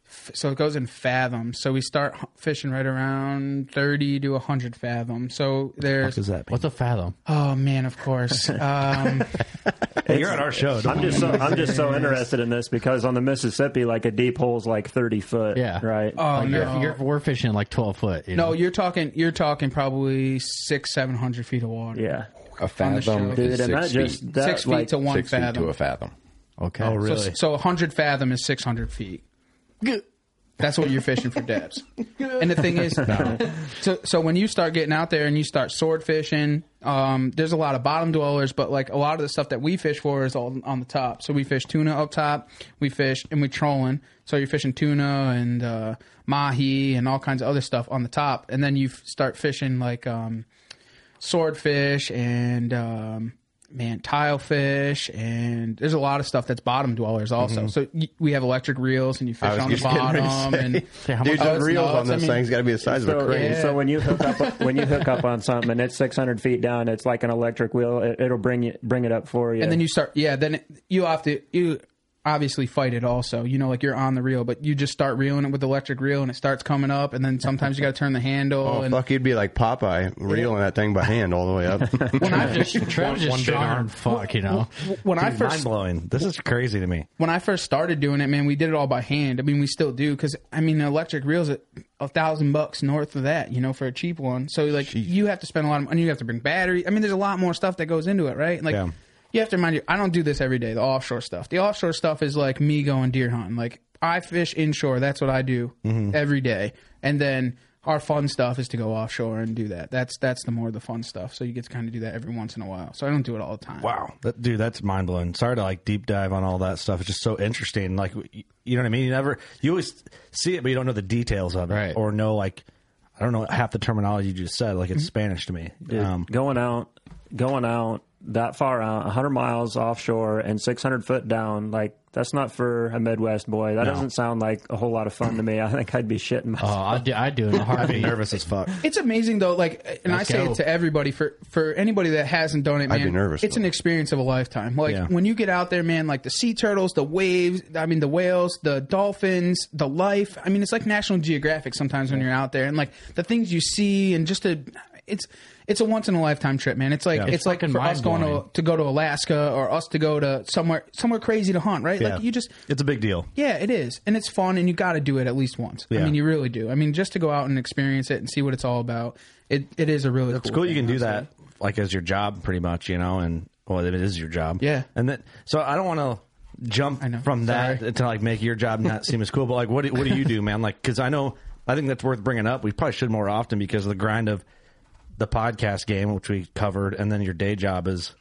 [SPEAKER 8] F- so it goes in fathoms. So we start h- fishing right around thirty to hundred fathoms. So there's
[SPEAKER 4] What's a fathom?
[SPEAKER 8] Oh man, of course. Um,
[SPEAKER 2] Hey,
[SPEAKER 5] It's-
[SPEAKER 2] you're on our show. don't
[SPEAKER 5] I'm just so,
[SPEAKER 2] worry.
[SPEAKER 5] I'm just so interested in this because on the Mississippi, like a deep hole's like 30 foot.
[SPEAKER 4] Yeah.
[SPEAKER 5] Right.
[SPEAKER 8] Oh,
[SPEAKER 5] Like,
[SPEAKER 8] no.
[SPEAKER 5] you're-
[SPEAKER 4] You're, we're fishing like twelve foot. You
[SPEAKER 8] No,
[SPEAKER 4] know?
[SPEAKER 8] you're talking. You're talking probably six, seven hundred feet of water.
[SPEAKER 5] Yeah,
[SPEAKER 6] a
[SPEAKER 8] On the
[SPEAKER 6] fathom
[SPEAKER 8] show.
[SPEAKER 6] is
[SPEAKER 8] Dude, and
[SPEAKER 6] six
[SPEAKER 8] that just-
[SPEAKER 6] feet.
[SPEAKER 8] that, Six feet like- to one
[SPEAKER 6] six feet
[SPEAKER 8] fathom.
[SPEAKER 6] to a fathom.
[SPEAKER 4] Okay.
[SPEAKER 2] Oh, really?
[SPEAKER 8] So, so 100 fathom is 600 feet. That's what you're fishing for depths. And the thing is, so, so when you start getting out there and you start sword fishing, um, there's a lot of bottom dwellers, but like a lot of the stuff that we fish for is all on the top. So we fish tuna up top, we fish and we trolling. So you're fishing tuna and uh, mahi and all kinds of other stuff on the top, and then you f- start fishing like um, swordfish and um, man tilefish and there's a lot of stuff that's bottom dwellers also.
[SPEAKER 11] Mhm.
[SPEAKER 8] So y- we have electric reels and you
[SPEAKER 11] I
[SPEAKER 8] fish
[SPEAKER 11] was
[SPEAKER 8] on the
[SPEAKER 11] just getting ready to
[SPEAKER 8] bottom
[SPEAKER 11] say.
[SPEAKER 8] and
[SPEAKER 11] Dude, the
[SPEAKER 8] Oh, it's
[SPEAKER 11] reels
[SPEAKER 8] nuts.
[SPEAKER 11] on this
[SPEAKER 8] I mean-
[SPEAKER 11] thing's got to be the size of a
[SPEAKER 5] so,
[SPEAKER 11] crane.
[SPEAKER 5] so when you hook up when you hook up on something and it's 600 feet down, it's like an electric wheel. It, it'll bring you bring it up for you.
[SPEAKER 8] and then you start yeah then it- you have to you obviously fight it also you know like you're on the reel but you just start reeling it with electric reel and it starts coming up and then sometimes you got to turn the handle
[SPEAKER 11] Oh,
[SPEAKER 8] and
[SPEAKER 11] fuck, you'd be like Popeye reeling that thing by hand all the way up.
[SPEAKER 8] when I just
[SPEAKER 4] Trev's just strong arm fuck. You know.
[SPEAKER 8] when I
[SPEAKER 2] Dude, mind
[SPEAKER 8] first-
[SPEAKER 2] blowing. This is crazy to me.
[SPEAKER 8] when I first started doing it, man, we did it all by hand. I mean, we still do because I mean, the electric reels at a thousand bucks north of that, you know, for a cheap one. So like, you have to spend a lot of money. You have to bring battery. I mean, there's a lot more stuff that goes into it, right? Like,
[SPEAKER 2] Yeah.
[SPEAKER 8] you have to remind you. I don't do this every day. The offshore stuff. The offshore stuff is like me going deer hunting. Like I fish inshore. That's what I do
[SPEAKER 2] Mhm.
[SPEAKER 8] every day. And then our fun stuff is to go offshore and do that. That's that's the more of the fun stuff. So you get to kind of do that every once in a while. So I don't do it all the time.
[SPEAKER 2] Wow, that, dude, that's mind blowing. Sorry to like deep dive on all that stuff. It's just so interesting. Like, you you know what I mean? You never, you always see it, but you don't know the details of it, or know like, I don't know half the terminology you just said. Like, it's Spanish to me. Um,
[SPEAKER 5] Dude, going out, going out that far out, 100 miles offshore and 600 foot down, like that's not for a Midwest boy. That
[SPEAKER 2] No.
[SPEAKER 5] doesn't sound like a whole lot of fun to me. I think I'd be shitting myself.
[SPEAKER 4] Oh, I'd do, I'd do it in
[SPEAKER 2] I'd
[SPEAKER 4] a
[SPEAKER 2] be
[SPEAKER 4] heartbeat.
[SPEAKER 2] nervous as fuck.
[SPEAKER 8] It's amazing though, like, and
[SPEAKER 4] Let's
[SPEAKER 8] I say
[SPEAKER 4] go.
[SPEAKER 8] it to everybody for for anybody that hasn't done it, man.
[SPEAKER 4] I'd be nervous,
[SPEAKER 8] It's an experience of a lifetime. Like
[SPEAKER 4] Yeah.
[SPEAKER 8] when you get out there, man, like the sea turtles, the waves, I mean the whales, the dolphins, the life. I mean, it's like National Geographic sometimes when you're out there, and like the things you see, and just a, it's it's a once in a lifetime trip, man. It's like
[SPEAKER 4] Yeah.
[SPEAKER 8] it's,
[SPEAKER 4] It's
[SPEAKER 8] like
[SPEAKER 4] fucking
[SPEAKER 8] for us going to,
[SPEAKER 4] mind-blowing.
[SPEAKER 8] to go to Alaska or us to go to somewhere somewhere crazy to hunt, right? Like you just
[SPEAKER 2] it's a big deal.
[SPEAKER 8] yeah, it is, and it's fun, and you got to do it at least once. I
[SPEAKER 2] Yeah.
[SPEAKER 8] mean, you really do. I mean, just to go out and experience it and see what it's all about, it it is a really
[SPEAKER 2] It's
[SPEAKER 8] cool.
[SPEAKER 2] cool. You
[SPEAKER 8] thing,
[SPEAKER 2] can do
[SPEAKER 8] honestly.
[SPEAKER 2] that like as your job, pretty much, you know, and well, it is your job.
[SPEAKER 8] Yeah.
[SPEAKER 2] And then, so I don't want to jump from that to like make your job not seem as cool, but like, what do, what do you do, man? Like, cause I know, I think that's worth bringing up. We probably should more often because of the grind of the podcast game, which we covered, and then your day job is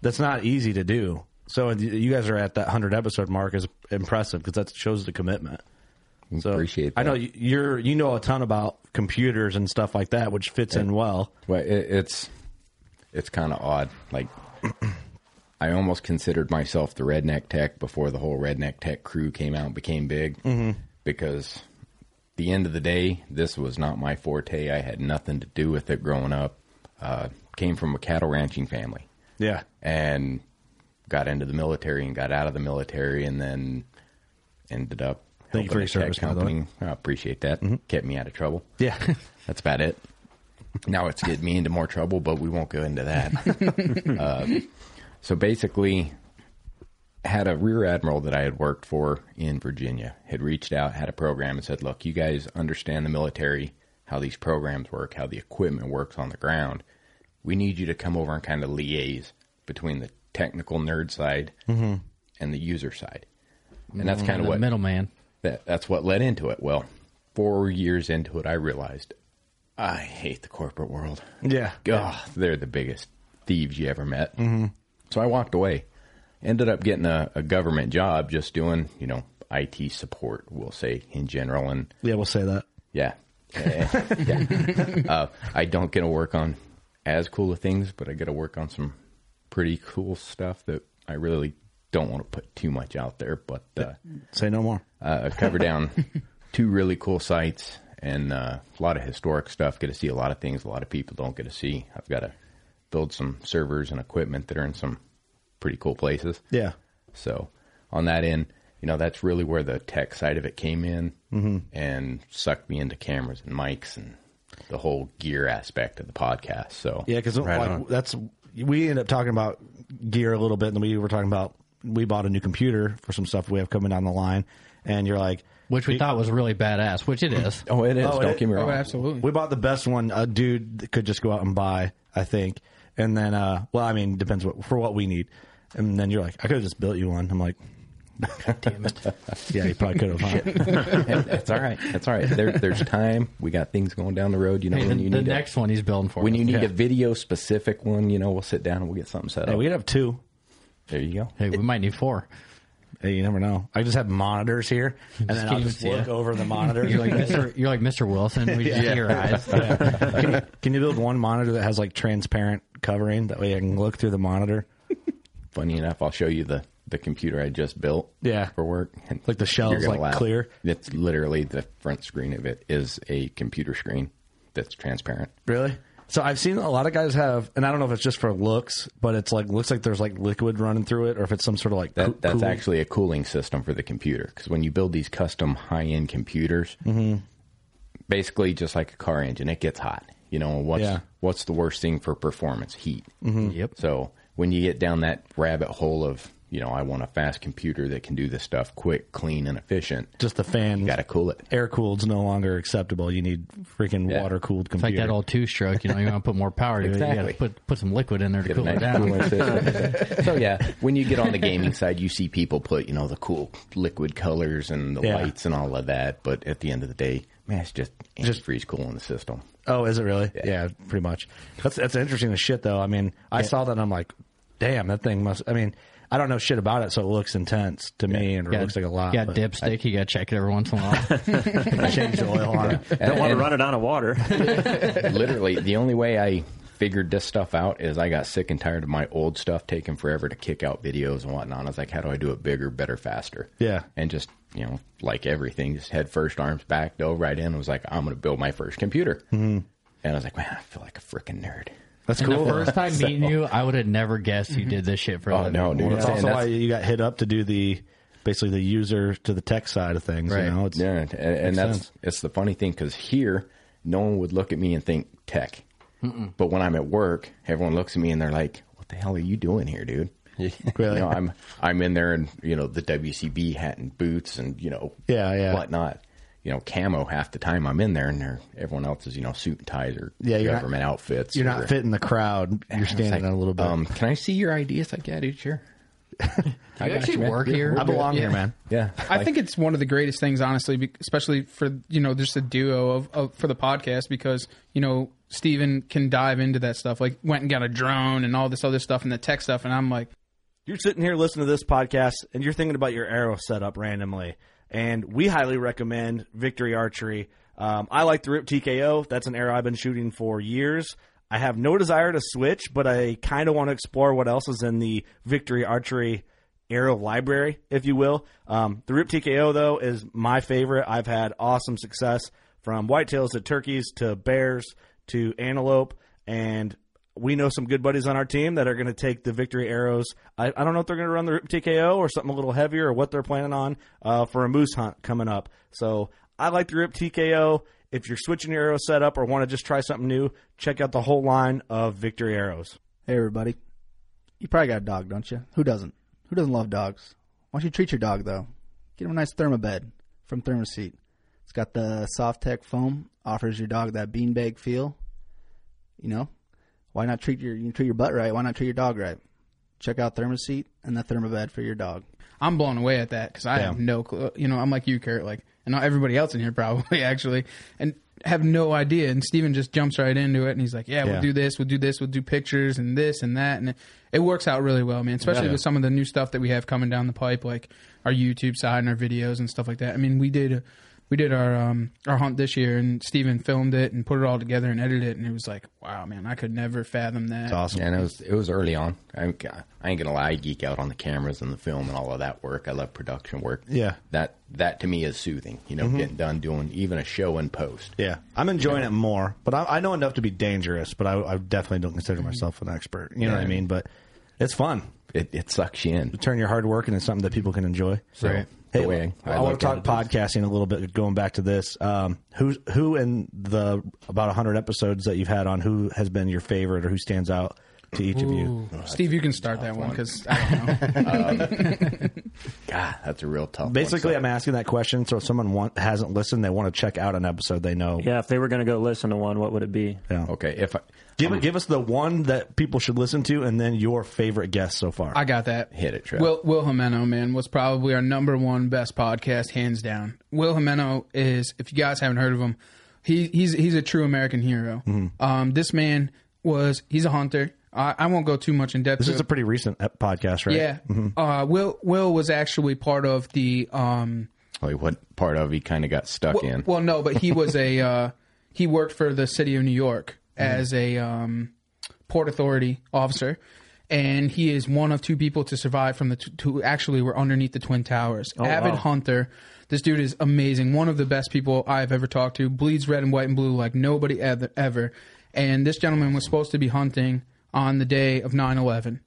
[SPEAKER 2] that's not easy to do. So you guys are at that 100 episode mark is impressive because that shows the commitment. So appreciate I know you- you're you know a ton about computers and stuff like that, which fits in well.
[SPEAKER 6] Well, it, it's it's kind of odd. Like I almost considered myself the redneck tech before the whole redneck tech crew came out and became big
[SPEAKER 2] Mhm.
[SPEAKER 11] Mm-hmm.
[SPEAKER 6] because the end of the day, this was not my forte. I had nothing to do with it growing up. Uh, came from a cattle ranching family.
[SPEAKER 2] Yeah.
[SPEAKER 6] and got into the military and got out of the military and then ended up.
[SPEAKER 2] Thank you
[SPEAKER 6] helping
[SPEAKER 2] for your
[SPEAKER 6] a
[SPEAKER 2] service,
[SPEAKER 6] tech
[SPEAKER 2] by the Mm-hmm.
[SPEAKER 6] company. I appreciate that. Kept me out of trouble.
[SPEAKER 2] Yeah,
[SPEAKER 6] that's about it. Now it's getting me into more trouble, but we won't go into that. uh, so basically, had a rear admiral that I had worked for in Virginia had reached out, had a program, and said, "Look, you guys understand the military, how these programs work, how the equipment works on the ground. We need you to come over and kind of liaise between the technical nerd side
[SPEAKER 4] Mhm.
[SPEAKER 6] and the user side." And that's kind of
[SPEAKER 4] Mm-hmm. the
[SPEAKER 6] what
[SPEAKER 4] middleman.
[SPEAKER 6] that that's what led into it. Well, four years into it, I realized I hate the corporate world.
[SPEAKER 2] Yeah.
[SPEAKER 6] God, they're the biggest thieves you ever met.
[SPEAKER 2] Mhm.
[SPEAKER 6] So I walked away. Ended up getting a, a government job, just doing you know IT support. We'll say in general, and
[SPEAKER 2] Yeah, we'll say that.
[SPEAKER 6] yeah, Eh, yeah. Uh, I don't get to work on as cool of things, but I get to work on some pretty cool stuff that I really don't want to put too much out there. But uh,
[SPEAKER 2] Say no more.
[SPEAKER 6] uh, cover down two really cool sites and uh, a lot of historic stuff. Get to see a lot of things a lot of people don't get to see. I've got to build some servers and equipment that are in some pretty cool places.
[SPEAKER 2] Yeah.
[SPEAKER 6] So on that end, you know, that's really where the tech side of it came in
[SPEAKER 2] Mhm.
[SPEAKER 6] and sucked me into cameras and mics and the whole gear aspect of the podcast. So
[SPEAKER 2] Yeah, because
[SPEAKER 6] Right
[SPEAKER 2] like,
[SPEAKER 6] on.
[SPEAKER 2] that's we end up talking about gear a little bit, and we were talking about we bought a new computer for some stuff we have coming down the line, and you're like,
[SPEAKER 4] which we thought was really badass, which it is.
[SPEAKER 6] Oh, it
[SPEAKER 8] absolutely.
[SPEAKER 2] We bought the best one a dude could just go out and buy, I think. And then, uh, well, I mean, depends what for what we need. And then you're like, I could have just built you one. I'm like, damn it. yeah, you probably could have.
[SPEAKER 6] Shit. That's all right. That's all right. There, there's time. We got things going down the road. You know,
[SPEAKER 4] Hey,
[SPEAKER 6] when
[SPEAKER 4] the-
[SPEAKER 6] you
[SPEAKER 4] the
[SPEAKER 6] need a-
[SPEAKER 4] next one he's building for
[SPEAKER 6] When
[SPEAKER 4] us.
[SPEAKER 6] you need
[SPEAKER 4] Yeah.
[SPEAKER 6] a video specific one, you know, we'll sit down and we'll get something set up.
[SPEAKER 2] Hey, we could have two.
[SPEAKER 6] There you go.
[SPEAKER 4] Hey, we might need four.
[SPEAKER 2] Hey, you never know. I just have monitors here, and then I'll
[SPEAKER 4] keep-
[SPEAKER 2] just look
[SPEAKER 4] yeah.
[SPEAKER 2] over the monitors.
[SPEAKER 4] You're like Mr. You're like Mr. Wilson. We just
[SPEAKER 2] Yeah.
[SPEAKER 4] theorized.
[SPEAKER 2] Yeah. can, you, can you build one monitor that has like transparent covering? That way I can look through the monitor.
[SPEAKER 6] Funny enough, I'll show you the the computer I just built.
[SPEAKER 2] Yeah.
[SPEAKER 6] for work. And
[SPEAKER 2] Like the shell's,
[SPEAKER 6] you're gonna
[SPEAKER 2] like, clear?
[SPEAKER 6] It's literally the front screen of it is a computer screen that's transparent.
[SPEAKER 2] Really? So I've seen a lot of guys have, and I don't know if it's just for looks, but it's like looks like there's like liquid running through it, or if it's some sort of like
[SPEAKER 6] That
[SPEAKER 2] coo-
[SPEAKER 6] that's
[SPEAKER 2] cool-
[SPEAKER 6] actually a cooling system for the computer because when you build these custom high end computers,
[SPEAKER 2] Mhm.
[SPEAKER 6] basically just like a car engine, it gets hot. You know and what's
[SPEAKER 2] Yeah.
[SPEAKER 6] what's the worst thing for performance? Heat.
[SPEAKER 2] Mhm.
[SPEAKER 4] Yep.
[SPEAKER 6] So when you get down that rabbit hole of you know I want a fast computer that can do this stuff quick, clean, and efficient.
[SPEAKER 2] Just the fan. You got
[SPEAKER 6] to cool it.
[SPEAKER 2] Air cooled's no longer acceptable. You need freaking water cooled
[SPEAKER 4] It's like
[SPEAKER 2] computer.
[SPEAKER 4] that old two stroke. You know, you want to put more power to it. You got
[SPEAKER 6] Exactly.
[SPEAKER 4] to put put some liquid in there to
[SPEAKER 6] Get a
[SPEAKER 4] cool it
[SPEAKER 6] nice cooling
[SPEAKER 4] down.
[SPEAKER 6] system. so yeah, when you get on the gaming side, you see people put you know the cool liquid colors and the
[SPEAKER 2] Yeah.
[SPEAKER 6] lights and all of that. But at the end of the day, man, it's just just freeze cooling the system.
[SPEAKER 2] Oh, is it really? Yeah. pretty much. That's that's interesting as shit though. I mean, I saw that and I'm like, damn, that thing must. I mean, I don't know shit about it, so it looks intense to me, and it
[SPEAKER 4] Yeah.
[SPEAKER 2] looks like a lot.
[SPEAKER 4] You got
[SPEAKER 2] but-
[SPEAKER 4] dipstick. you got to check it every once in a while.
[SPEAKER 2] Change the oil on it.
[SPEAKER 6] Don't wanna run
[SPEAKER 5] it out of water.
[SPEAKER 6] Literally, the only way I figured this stuff out is I got sick and tired of my old stuff taking forever to kick out videos and whatnot. I was like, how do I do it bigger, better, faster?
[SPEAKER 2] Yeah.
[SPEAKER 6] and just you know, like everything, just head first, arms back, dove right in. and was like, I'm going to build my first computer.
[SPEAKER 2] Mhm.
[SPEAKER 6] And I was like, man, I feel like a freaking nerd.
[SPEAKER 4] And The first time
[SPEAKER 6] So-
[SPEAKER 4] meeting you, I would have never guessed you did this shit for. a
[SPEAKER 6] Oh,
[SPEAKER 4] living.
[SPEAKER 6] no, dude.
[SPEAKER 2] Well, that's
[SPEAKER 6] Yeah.
[SPEAKER 2] also
[SPEAKER 6] And
[SPEAKER 2] why
[SPEAKER 6] that's-
[SPEAKER 2] you got hit up to do the basically the user to the tech side of things. You know? it's,
[SPEAKER 6] yeah, and,
[SPEAKER 2] makes
[SPEAKER 6] and that's
[SPEAKER 2] sense.
[SPEAKER 6] it's the funny thing because here, no one would look at me and think tech,
[SPEAKER 2] Mm-mm.
[SPEAKER 6] but when I'm at work, everyone looks at me and they're like, "What the hell are you doing here, dude?"
[SPEAKER 2] Really?
[SPEAKER 6] You know, I'm I'm in there in you know the WCB hat and boots and you know
[SPEAKER 2] Yeah, yeah.
[SPEAKER 6] whatnot. You know, camo half the time I'm in there, and they're, everyone else is you know suit and ties or
[SPEAKER 2] Yeah, you're not-
[SPEAKER 6] government outfits.
[SPEAKER 2] You're
[SPEAKER 6] or-
[SPEAKER 2] not fitting the crowd. You're
[SPEAKER 6] It's
[SPEAKER 2] standing
[SPEAKER 6] like,
[SPEAKER 2] out a little bit.
[SPEAKER 6] Um, can I see your ID? It's like, yeah, dude, sure.
[SPEAKER 4] Do you actually work here? I belong here, man.
[SPEAKER 6] Yeah,
[SPEAKER 8] I think it's one of the greatest things, honestly, be- especially for you know just a duo of, of for the podcast because you know Steven can dive into that stuff. Like went and got a drone and all this other stuff and the tech stuff, and I'm like,
[SPEAKER 2] You're sitting here listening to this podcast and you're thinking about your arrow setup randomly. And we highly recommend Victory Archery. Um, I like the RIP TKO. That's an arrow I've been shooting for years. I have no desire to switch, but I kind of want to explore what else is in the Victory Archery arrow library, if you will. Um, the RIP TKO, though, is my favorite. I've had awesome success from whitetails to turkeys to bears to antelope. And we know some good buddies on our team that are going to take the victory arrows. I, I don't know if they're going to run the Rip TKO or something a little heavier or what they're planning on uh, for a moose hunt coming up. So I like the Rip TKO. If you're switching your arrow setup or want to just try something new, check out the whole line of victory arrows.
[SPEAKER 3] Hey, everybody. You probably got a dog, don't you? Who doesn't? Who doesn't love dogs? Why don't you treat your dog, though? Get him a nice thermobed from Thermoseat. It's got the soft tech foam, offers your dog that beanbag feel. You know, why not treat your you treat your butt right? Why not treat your dog right? Check out Thermoseat and the thermobed for your dog.
[SPEAKER 8] I'm blown away at that because I have
[SPEAKER 3] Damn.
[SPEAKER 8] no clue. You know, I'm like you, Kurt, like, and not everybody else in here probably actually, and have no idea. And Steven just jumps right into it and he's like, yeah,
[SPEAKER 10] Yeah.
[SPEAKER 8] we'll do this, we'll do this, we'll do pictures and this and that. And it, it works out really well, man, especially
[SPEAKER 10] Yeah.
[SPEAKER 8] with some of the new stuff that we have coming down the pipe, like our YouTube side and our videos and stuff like that. I mean, we did. A, we did our um, our hunt this year, and Steven filmed it and put it all together and edited it, and it was like, wow, man, I could never fathom that.
[SPEAKER 6] And it was it was early on. I, I ain't gonna lie, I geek out on the cameras and the film and all of that work. I love production work.
[SPEAKER 2] Yeah.
[SPEAKER 6] that that to me is soothing. You know,
[SPEAKER 2] Mhm.
[SPEAKER 6] getting done doing even a show in post.
[SPEAKER 2] Yeah, I'm enjoying it more, but I, I know enough to be dangerous, but I, I definitely don't consider myself an expert. You know what I
[SPEAKER 6] Yeah.
[SPEAKER 2] mean? But it's fun.
[SPEAKER 6] It, it sucks you in.
[SPEAKER 2] turn your hard work into something that people can enjoy. So,
[SPEAKER 6] Right.
[SPEAKER 2] hey,
[SPEAKER 6] The way I
[SPEAKER 2] I, want
[SPEAKER 6] look
[SPEAKER 2] to
[SPEAKER 6] at
[SPEAKER 2] talk podcasting a little bit. Going back to this, um, who's who in the about 100 episodes that you've had on? Who has been your favorite, or who stands out to each of you.
[SPEAKER 8] Steve, you can start that one because I don't know.
[SPEAKER 6] God, that's a real tough. one.
[SPEAKER 2] Basically, I'm asking that question so if someone want, hasn't listened, they want to check out an episode, they know.
[SPEAKER 5] Yeah, if they were going to go listen to one, what would it be?
[SPEAKER 2] Yeah.
[SPEAKER 6] Okay. If I,
[SPEAKER 2] give give us the one that people should listen to, and then your favorite guest so far.
[SPEAKER 8] I got that.
[SPEAKER 6] Hit it, Trev.
[SPEAKER 8] Will Will Jimeno, man, was probably our number one best podcast, hands down. Will Jimeno is, if you guys haven't heard of him, he he's he's a true American hero.
[SPEAKER 3] Mm-hmm.
[SPEAKER 11] Mm-hmm.
[SPEAKER 8] Um, this man was he's a hunter. I, I won't go too much in depth.
[SPEAKER 2] this is
[SPEAKER 8] to-
[SPEAKER 2] a pretty recent ep- podcast, right?
[SPEAKER 8] yeah. Uh, Will Will was actually part of the um,
[SPEAKER 6] like what part of he kind of got stuck
[SPEAKER 8] well,
[SPEAKER 6] in?
[SPEAKER 8] well, no, but he was a uh, he worked for the city of New York
[SPEAKER 5] Mm-hmm.
[SPEAKER 8] as a um, port authority officer, and he is one of two people to survive from the t- who actually were underneath the twin towers.
[SPEAKER 5] Oh,
[SPEAKER 8] Avid
[SPEAKER 5] wow.
[SPEAKER 8] hunter, this dude is amazing. One of the best people I've ever talked to. Bleeds red and white and blue like nobody ever. ever. And this gentleman was supposed to be hunting on the day of 9-11.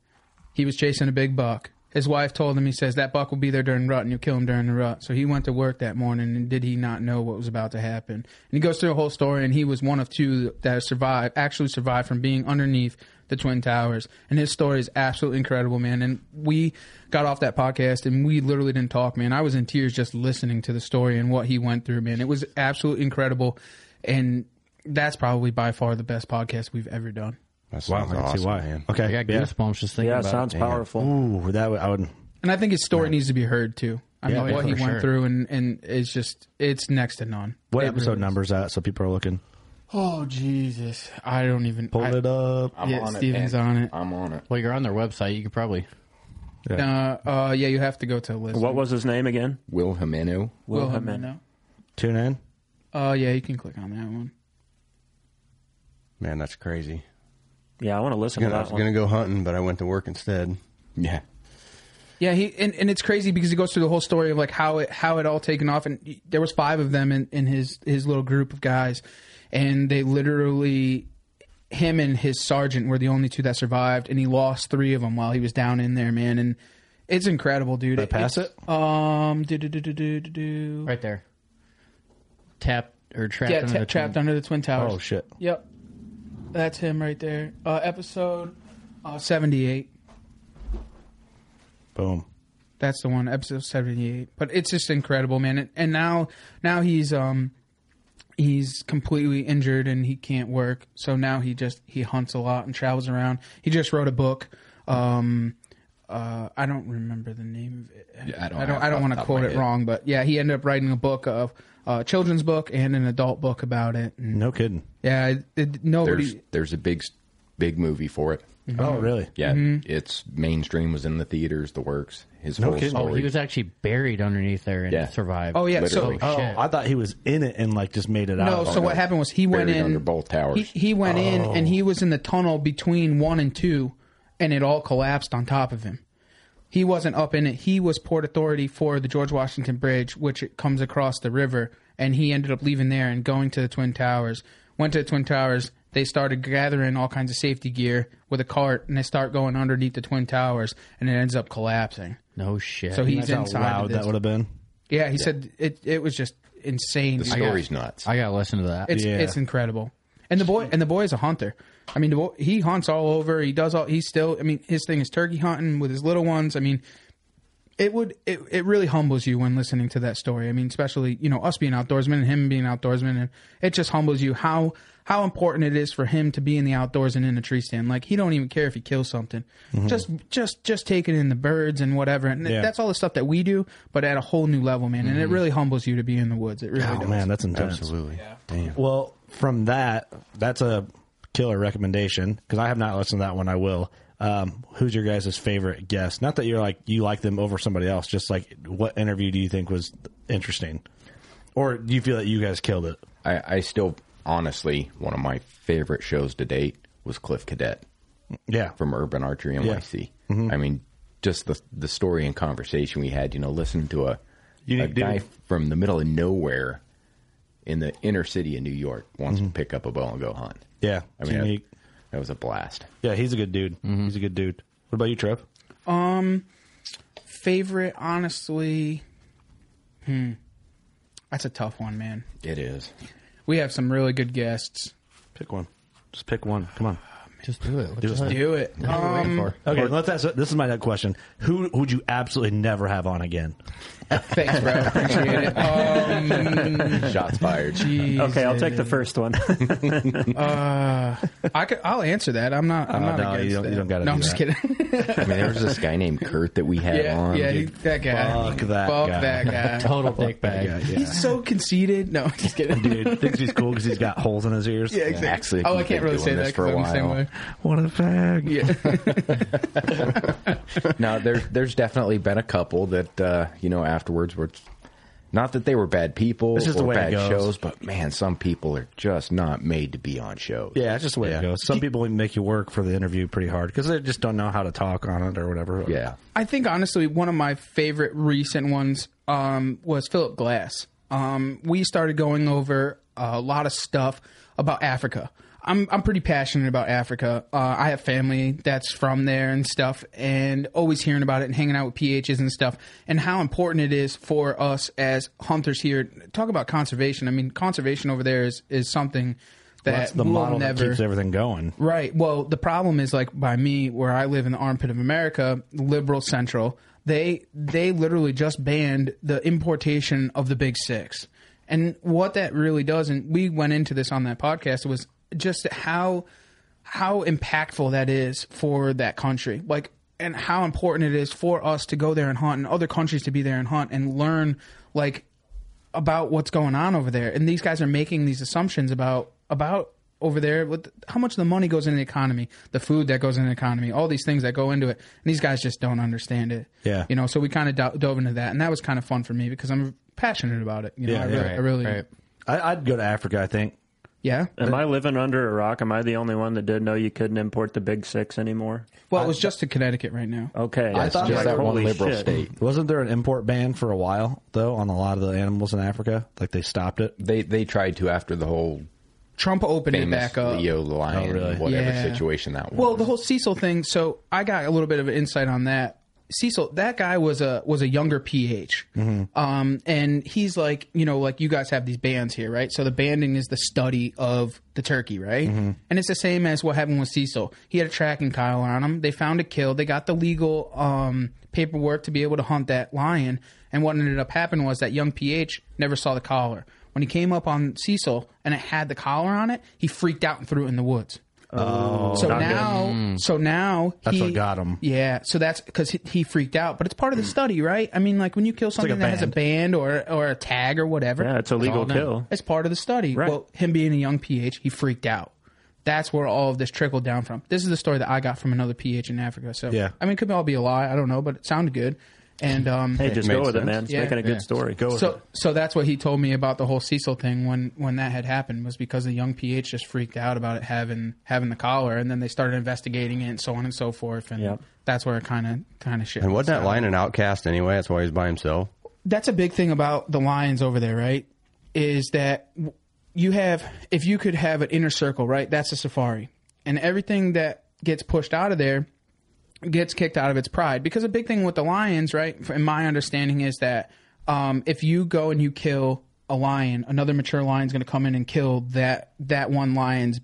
[SPEAKER 8] He was chasing a big buck. His wife told him, he says, that buck will be there during rut and you'll kill him during the rut. So he went to work that morning and did he not know what was about to happen? And he goes through the whole story and he was one of two that survived, actually survived from being underneath the Twin Towers. And his story is absolutely incredible, man. And we got off that podcast and we literally didn't talk, man. I was in tears just listening to the story and what he went through, man. It was absolutely incredible. And that's probably by far the best podcast we've ever done.
[SPEAKER 11] That
[SPEAKER 2] Wow,
[SPEAKER 11] sounds
[SPEAKER 2] I can see
[SPEAKER 11] awesome,
[SPEAKER 2] why.
[SPEAKER 11] man.
[SPEAKER 2] Okay,
[SPEAKER 4] I got
[SPEAKER 2] yeah.
[SPEAKER 4] goosebumps just thinking
[SPEAKER 5] Yeah,
[SPEAKER 4] about
[SPEAKER 5] sounds
[SPEAKER 4] it.
[SPEAKER 5] powerful.
[SPEAKER 2] Ooh, that would, I would.
[SPEAKER 8] And I think his story needs to be heard too. I
[SPEAKER 2] Yeah,
[SPEAKER 8] mean,
[SPEAKER 2] yeah,
[SPEAKER 8] what he
[SPEAKER 2] for
[SPEAKER 8] went
[SPEAKER 2] sure.
[SPEAKER 8] through and and it's just it's next to none.
[SPEAKER 2] What
[SPEAKER 8] It
[SPEAKER 2] episode
[SPEAKER 8] really is.
[SPEAKER 2] number is that? So people are looking.
[SPEAKER 8] Oh Jesus, I don't even.
[SPEAKER 2] Pull
[SPEAKER 8] I,
[SPEAKER 2] it up.
[SPEAKER 6] I'm
[SPEAKER 8] yeah,
[SPEAKER 6] on it,
[SPEAKER 8] Steven's
[SPEAKER 6] man.
[SPEAKER 8] on it.
[SPEAKER 6] I'm on it.
[SPEAKER 4] Well, you're on their website. You could probably.
[SPEAKER 8] Uh, uh, yeah, you have to go to a list.
[SPEAKER 5] What was his name again?
[SPEAKER 6] Will Jimeno.
[SPEAKER 8] Will
[SPEAKER 5] Wilhelm
[SPEAKER 8] Jimeno.
[SPEAKER 2] Tune in.
[SPEAKER 8] Uh, yeah, you can click on that one.
[SPEAKER 11] Man, that's crazy.
[SPEAKER 5] Yeah, I want to listen
[SPEAKER 11] Gonna-
[SPEAKER 5] to
[SPEAKER 11] I
[SPEAKER 5] that
[SPEAKER 11] was
[SPEAKER 5] one.
[SPEAKER 11] going to go hunting, but I went to work instead.
[SPEAKER 6] Yeah.
[SPEAKER 8] Yeah, he and, and it's crazy because he goes through the whole story of like how it how it all taken off, and there was five of them in, in his his little group of guys, and they literally him and his sergeant were the only two that survived, and he lost three of them while he was down in there, man, and it's incredible, dude.
[SPEAKER 2] Did I pass
[SPEAKER 8] It's- Um, do do do do do do do.
[SPEAKER 4] Right there. Tapped or trapped.
[SPEAKER 8] Yeah,
[SPEAKER 4] under
[SPEAKER 8] tra-
[SPEAKER 4] the
[SPEAKER 8] trapped
[SPEAKER 4] twin-
[SPEAKER 8] under the twin towers.
[SPEAKER 2] Oh shit!
[SPEAKER 8] Yep, that's him right there. Uh, episode uh, seventy eight.
[SPEAKER 2] Boom.
[SPEAKER 8] That's the one, episode seventy eight. But it's just incredible, man. And, and now, now he's um, he's completely injured and he can't work. So now he just he hunts a lot and travels around. He just wrote a book. Um, uh, I don't remember the name of it.
[SPEAKER 6] Yeah, I don't
[SPEAKER 8] I don't.
[SPEAKER 6] have
[SPEAKER 8] I
[SPEAKER 6] it off
[SPEAKER 8] don't want
[SPEAKER 6] the
[SPEAKER 8] to
[SPEAKER 6] top of
[SPEAKER 8] quote
[SPEAKER 6] my
[SPEAKER 8] it
[SPEAKER 6] head.
[SPEAKER 8] wrong, but yeah, he ended up writing a book of uh, children's book and an adult book about it. And
[SPEAKER 2] No kidding.
[SPEAKER 8] yeah, it, it, nobody.
[SPEAKER 6] There's there's a big big movie for it.
[SPEAKER 2] Oh really?
[SPEAKER 6] Yeah,
[SPEAKER 8] Mm-hmm.
[SPEAKER 6] its mainstream was in the theaters, the works. His
[SPEAKER 2] No
[SPEAKER 6] whole
[SPEAKER 2] kidding.
[SPEAKER 6] story.
[SPEAKER 4] Oh, he was actually buried underneath there and
[SPEAKER 6] Yeah.
[SPEAKER 4] survived.
[SPEAKER 8] oh yeah,
[SPEAKER 6] literally.
[SPEAKER 8] so
[SPEAKER 2] Oh,
[SPEAKER 4] Shit.
[SPEAKER 2] I thought he was in it and like just made it
[SPEAKER 8] No,
[SPEAKER 2] out.
[SPEAKER 8] so what happened was he went
[SPEAKER 6] Buried
[SPEAKER 8] in
[SPEAKER 6] under both towers.
[SPEAKER 8] He, he went in and
[SPEAKER 2] Oh.
[SPEAKER 8] he was in the tunnel between one and two, and it all collapsed on top of him. He wasn't up in it. He was port authority for the George Washington Bridge, which it comes across the river, and he ended up leaving there and going to the Twin Towers. Went to the Twin Towers. They started gathering all kinds of safety gear with a cart, and they start going underneath the Twin Towers, and it ends up collapsing.
[SPEAKER 4] No shit.
[SPEAKER 8] So he's
[SPEAKER 2] That's how
[SPEAKER 8] inside. of
[SPEAKER 2] loud
[SPEAKER 8] this.
[SPEAKER 2] that would have been.
[SPEAKER 8] yeah, he said it. It was just insane.
[SPEAKER 6] the
[SPEAKER 8] dude.
[SPEAKER 6] story's nuts.
[SPEAKER 4] I gotta listen to that.
[SPEAKER 8] It's
[SPEAKER 2] Yeah.
[SPEAKER 8] it's incredible. And the boy and the boy is a hunter. I mean, the boy, he hunts all over. He does all. He's still. I mean, his thing is turkey hunting with his little ones. I mean, it would it, it really humbles you when listening to that story. I mean, especially you know us being outdoorsmen and him being outdoorsman, and it just humbles you how how important it is for him to be in the outdoors and in a tree stand. Like he don't even care if he kills something, just just just taking in the birds and whatever. And
[SPEAKER 2] Mm-hmm. Yeah. Mm-hmm.
[SPEAKER 8] that's all the stuff that we do, but at a whole new level, man. And it really humbles you to be in the woods. It really
[SPEAKER 2] Oh
[SPEAKER 8] does.
[SPEAKER 2] man, that's intense.
[SPEAKER 11] Absolutely. Damn.
[SPEAKER 2] Well, from that, that's a killer recommendation because I have not listened to that one. I will. Um, who's your guys' favorite guest? Not that you're like you like them over somebody else, just like what interview do you think was interesting, or do you feel that you guys killed it?
[SPEAKER 6] I, I still honestly one of my favorite shows to date was Cliff Cadet
[SPEAKER 2] Yeah,
[SPEAKER 6] from Urban Archery NYC.
[SPEAKER 8] Mm-hmm.
[SPEAKER 6] I mean, just the the story and conversation we had. You know, listening to a a
[SPEAKER 2] Unique dude.
[SPEAKER 6] guy from the middle of nowhere in the inner city of New York wants
[SPEAKER 8] Mm-hmm.
[SPEAKER 6] to pick up a bow and go hunt.
[SPEAKER 2] yeah.
[SPEAKER 6] I mean,
[SPEAKER 2] Unique.
[SPEAKER 6] that, that was a blast.
[SPEAKER 2] yeah, he's a good dude. He's a good dude. What about you, Trev?
[SPEAKER 8] Um, favorite, honestly, hmm, that's a tough one, man.
[SPEAKER 6] It is.
[SPEAKER 8] We have some really good guests.
[SPEAKER 2] Pick one. Just pick one. Come on.
[SPEAKER 4] Just do it.
[SPEAKER 2] Do it.
[SPEAKER 8] do it. Um,
[SPEAKER 2] Okay, let's ask. This is my next question. Who would you absolutely never have on again?
[SPEAKER 8] Thanks, bro. Appreciate it. Um,
[SPEAKER 6] Shots fired.
[SPEAKER 5] Okay, I'll take the first one.
[SPEAKER 8] uh, I could, I'll answer that. I'm not. I'm
[SPEAKER 6] Oh,
[SPEAKER 8] not
[SPEAKER 6] no,
[SPEAKER 8] against
[SPEAKER 6] you don't-
[SPEAKER 8] that.
[SPEAKER 6] you don't gotta
[SPEAKER 8] No,
[SPEAKER 6] do
[SPEAKER 8] I'm just
[SPEAKER 6] that.
[SPEAKER 8] kidding.
[SPEAKER 6] I mean, there was this guy named Kurt that we had
[SPEAKER 8] yeah,
[SPEAKER 6] on.
[SPEAKER 8] yeah, he,
[SPEAKER 6] dude.
[SPEAKER 8] that guy.
[SPEAKER 6] Fuck that
[SPEAKER 8] Fuck
[SPEAKER 6] guy.
[SPEAKER 8] that guy.
[SPEAKER 4] Total dick bag.
[SPEAKER 8] He's so conceited. No, I'm just kidding.
[SPEAKER 2] Dude thinks he's cool because he's got holes in his ears.
[SPEAKER 8] Yeah, exactly. oh, I can't really say that because I'm the same way.
[SPEAKER 2] What a fag.
[SPEAKER 8] Yeah.
[SPEAKER 6] no, there's there's definitely been a couple that uh, you know afterwards were not that they were bad people
[SPEAKER 2] It's just the
[SPEAKER 6] or
[SPEAKER 2] way it
[SPEAKER 6] bad
[SPEAKER 2] goes.
[SPEAKER 6] shows, but man, some people are just not made to be on shows.
[SPEAKER 2] Yeah, it's just the way it goes. Some people make you work for the interview pretty hard because they just don't know how to talk on it or whatever.
[SPEAKER 6] Yeah.
[SPEAKER 8] I think honestly, one of my favorite recent ones um, was Philip Glass. Um, we started going over a lot of stuff about Africa. I'm I'm pretty passionate about Africa. Uh, I have family that's from there and stuff, and always hearing about it and hanging out with PHs and stuff, and how important it is for us as hunters here. Talk about conservation. I mean, conservation over there is is something that
[SPEAKER 2] That's the
[SPEAKER 8] we'll
[SPEAKER 2] model
[SPEAKER 8] never
[SPEAKER 2] that keeps everything going.
[SPEAKER 8] Right. Well, the problem is like by me, where I live in the armpit of America, liberal central, they they literally just banned the importation of the big six. And what that really does, and we went into this on that podcast, was just how how impactful that is for that country. Like and how important it is for us to go there and hunt and other countries to be there and hunt and learn like about what's going on over there, and these guys are making these assumptions about about over there with how much of the money goes into the economy, the food that goes into the economy, all these things that go into it, and these guys just don't understand it.
[SPEAKER 2] Yeah.
[SPEAKER 8] you know. So we kind of do- dove into that, and that was kind of fun for me because I'm passionate about it. You know, I really, I really
[SPEAKER 2] I, I'd go to Africa. I think.
[SPEAKER 8] yeah.
[SPEAKER 5] Am I living under a rock? Am I the only one that didn't know you couldn't import the Big Six anymore?
[SPEAKER 8] Well, it was just to Connecticut right now.
[SPEAKER 5] Okay,
[SPEAKER 2] I thought
[SPEAKER 5] like,
[SPEAKER 2] that one
[SPEAKER 5] holy
[SPEAKER 2] liberal
[SPEAKER 5] shit.
[SPEAKER 6] state.
[SPEAKER 2] Wasn't there an import ban for a while though on a lot of the animals in Africa? Like they stopped it.
[SPEAKER 6] They they tried to after the whole
[SPEAKER 8] Trump opened it
[SPEAKER 6] famous
[SPEAKER 8] back up.
[SPEAKER 6] Leo the Lion,
[SPEAKER 2] Oh, really?
[SPEAKER 6] whatever
[SPEAKER 8] Yeah.
[SPEAKER 6] situation that was.
[SPEAKER 8] Well, the whole Cecil thing. So I got a little bit of an insight on that. Cecil, that guy was a was a younger PH, um, and he's like, you know, like you guys have these bands here, right? So the banding is the study of the turkey, right? And it's the same as what happened with Cecil. He had a tracking collar on him. They found a kill. They got the legal um, paperwork to be able to hunt that lion. And what ended up happening was that young PH never saw the collar. When he came up on Cecil and it had the collar on it, he freaked out and threw it in the woods.
[SPEAKER 2] Oh,
[SPEAKER 8] So
[SPEAKER 2] not good.
[SPEAKER 8] now, so now
[SPEAKER 2] That's
[SPEAKER 8] he,
[SPEAKER 2] what got him.
[SPEAKER 8] Yeah, so that's because he, he freaked out. But it's part of the study, right? I mean, like when you kill
[SPEAKER 2] like
[SPEAKER 8] something
[SPEAKER 2] a
[SPEAKER 8] that has a band or or a tag or whatever,
[SPEAKER 5] Yeah, it's a legal
[SPEAKER 8] all done.
[SPEAKER 5] kill.
[SPEAKER 8] It's part of the study.
[SPEAKER 5] Right.
[SPEAKER 8] Well, him being a young PH, he freaked out. That's where all of this trickled down from. This is the story that I got from another PH in Africa. So
[SPEAKER 2] Yeah.
[SPEAKER 8] I mean, it could all be a lie. I don't know, but it sounded good. And um,
[SPEAKER 5] Hey, just go
[SPEAKER 6] makes
[SPEAKER 5] with it,
[SPEAKER 6] sense.
[SPEAKER 5] man. It's
[SPEAKER 8] Yeah.
[SPEAKER 5] making a good
[SPEAKER 8] Yeah.
[SPEAKER 5] story.
[SPEAKER 2] Go with
[SPEAKER 8] so,
[SPEAKER 2] it.
[SPEAKER 8] so that's what he told me about the whole Cecil thing when when that had happened was because the young PH just freaked out about it having having the collar, and then they started investigating it and so on and so forth, and
[SPEAKER 5] Yep.
[SPEAKER 8] that's where it kind of kind of shit.
[SPEAKER 11] And
[SPEAKER 8] went
[SPEAKER 11] wasn't that
[SPEAKER 8] south.
[SPEAKER 11] lion an outcast anyway? That's why he's by himself.
[SPEAKER 8] That's a big thing about the Lions over there, right? Is that w- you have if you could have an inner circle, right? That's a safari, and everything that gets pushed out of there gets kicked out of its pride because a big thing with the lions right in my understanding is that um, if you go and you kill a lion another mature lion's going to come in and kill that that one lion's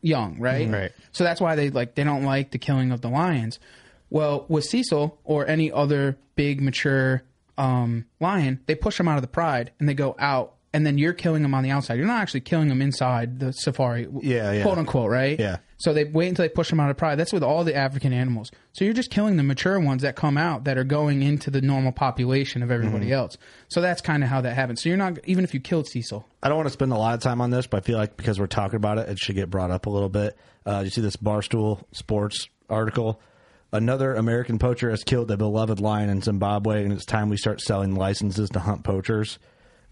[SPEAKER 8] young right
[SPEAKER 2] Mm-hmm.
[SPEAKER 8] right so that's why they like they don't like the killing of the lions well with cecil or any other big mature um, lion they push them out of the pride and they go out and then you're killing them on the outside you're not actually killing them inside the safari
[SPEAKER 2] Yeah, yeah.
[SPEAKER 8] quote unquote right
[SPEAKER 2] Yeah.
[SPEAKER 8] so they wait until they push them out of pride. That's with all the African animals. So you're just killing the mature ones that come out that are going into the normal population of everybody
[SPEAKER 11] Mm-hmm.
[SPEAKER 8] else. So that's kind of how that happens. So you're not even if you killed Cecil.
[SPEAKER 2] I don't want to spend a lot of time on this, but I feel like because we're talking about it, it should get brought up a little bit. Uh, you see this Barstool Sports article. Another American poacher has killed a beloved lion in Zimbabwe, and it's time we start selling licenses to hunt poachers.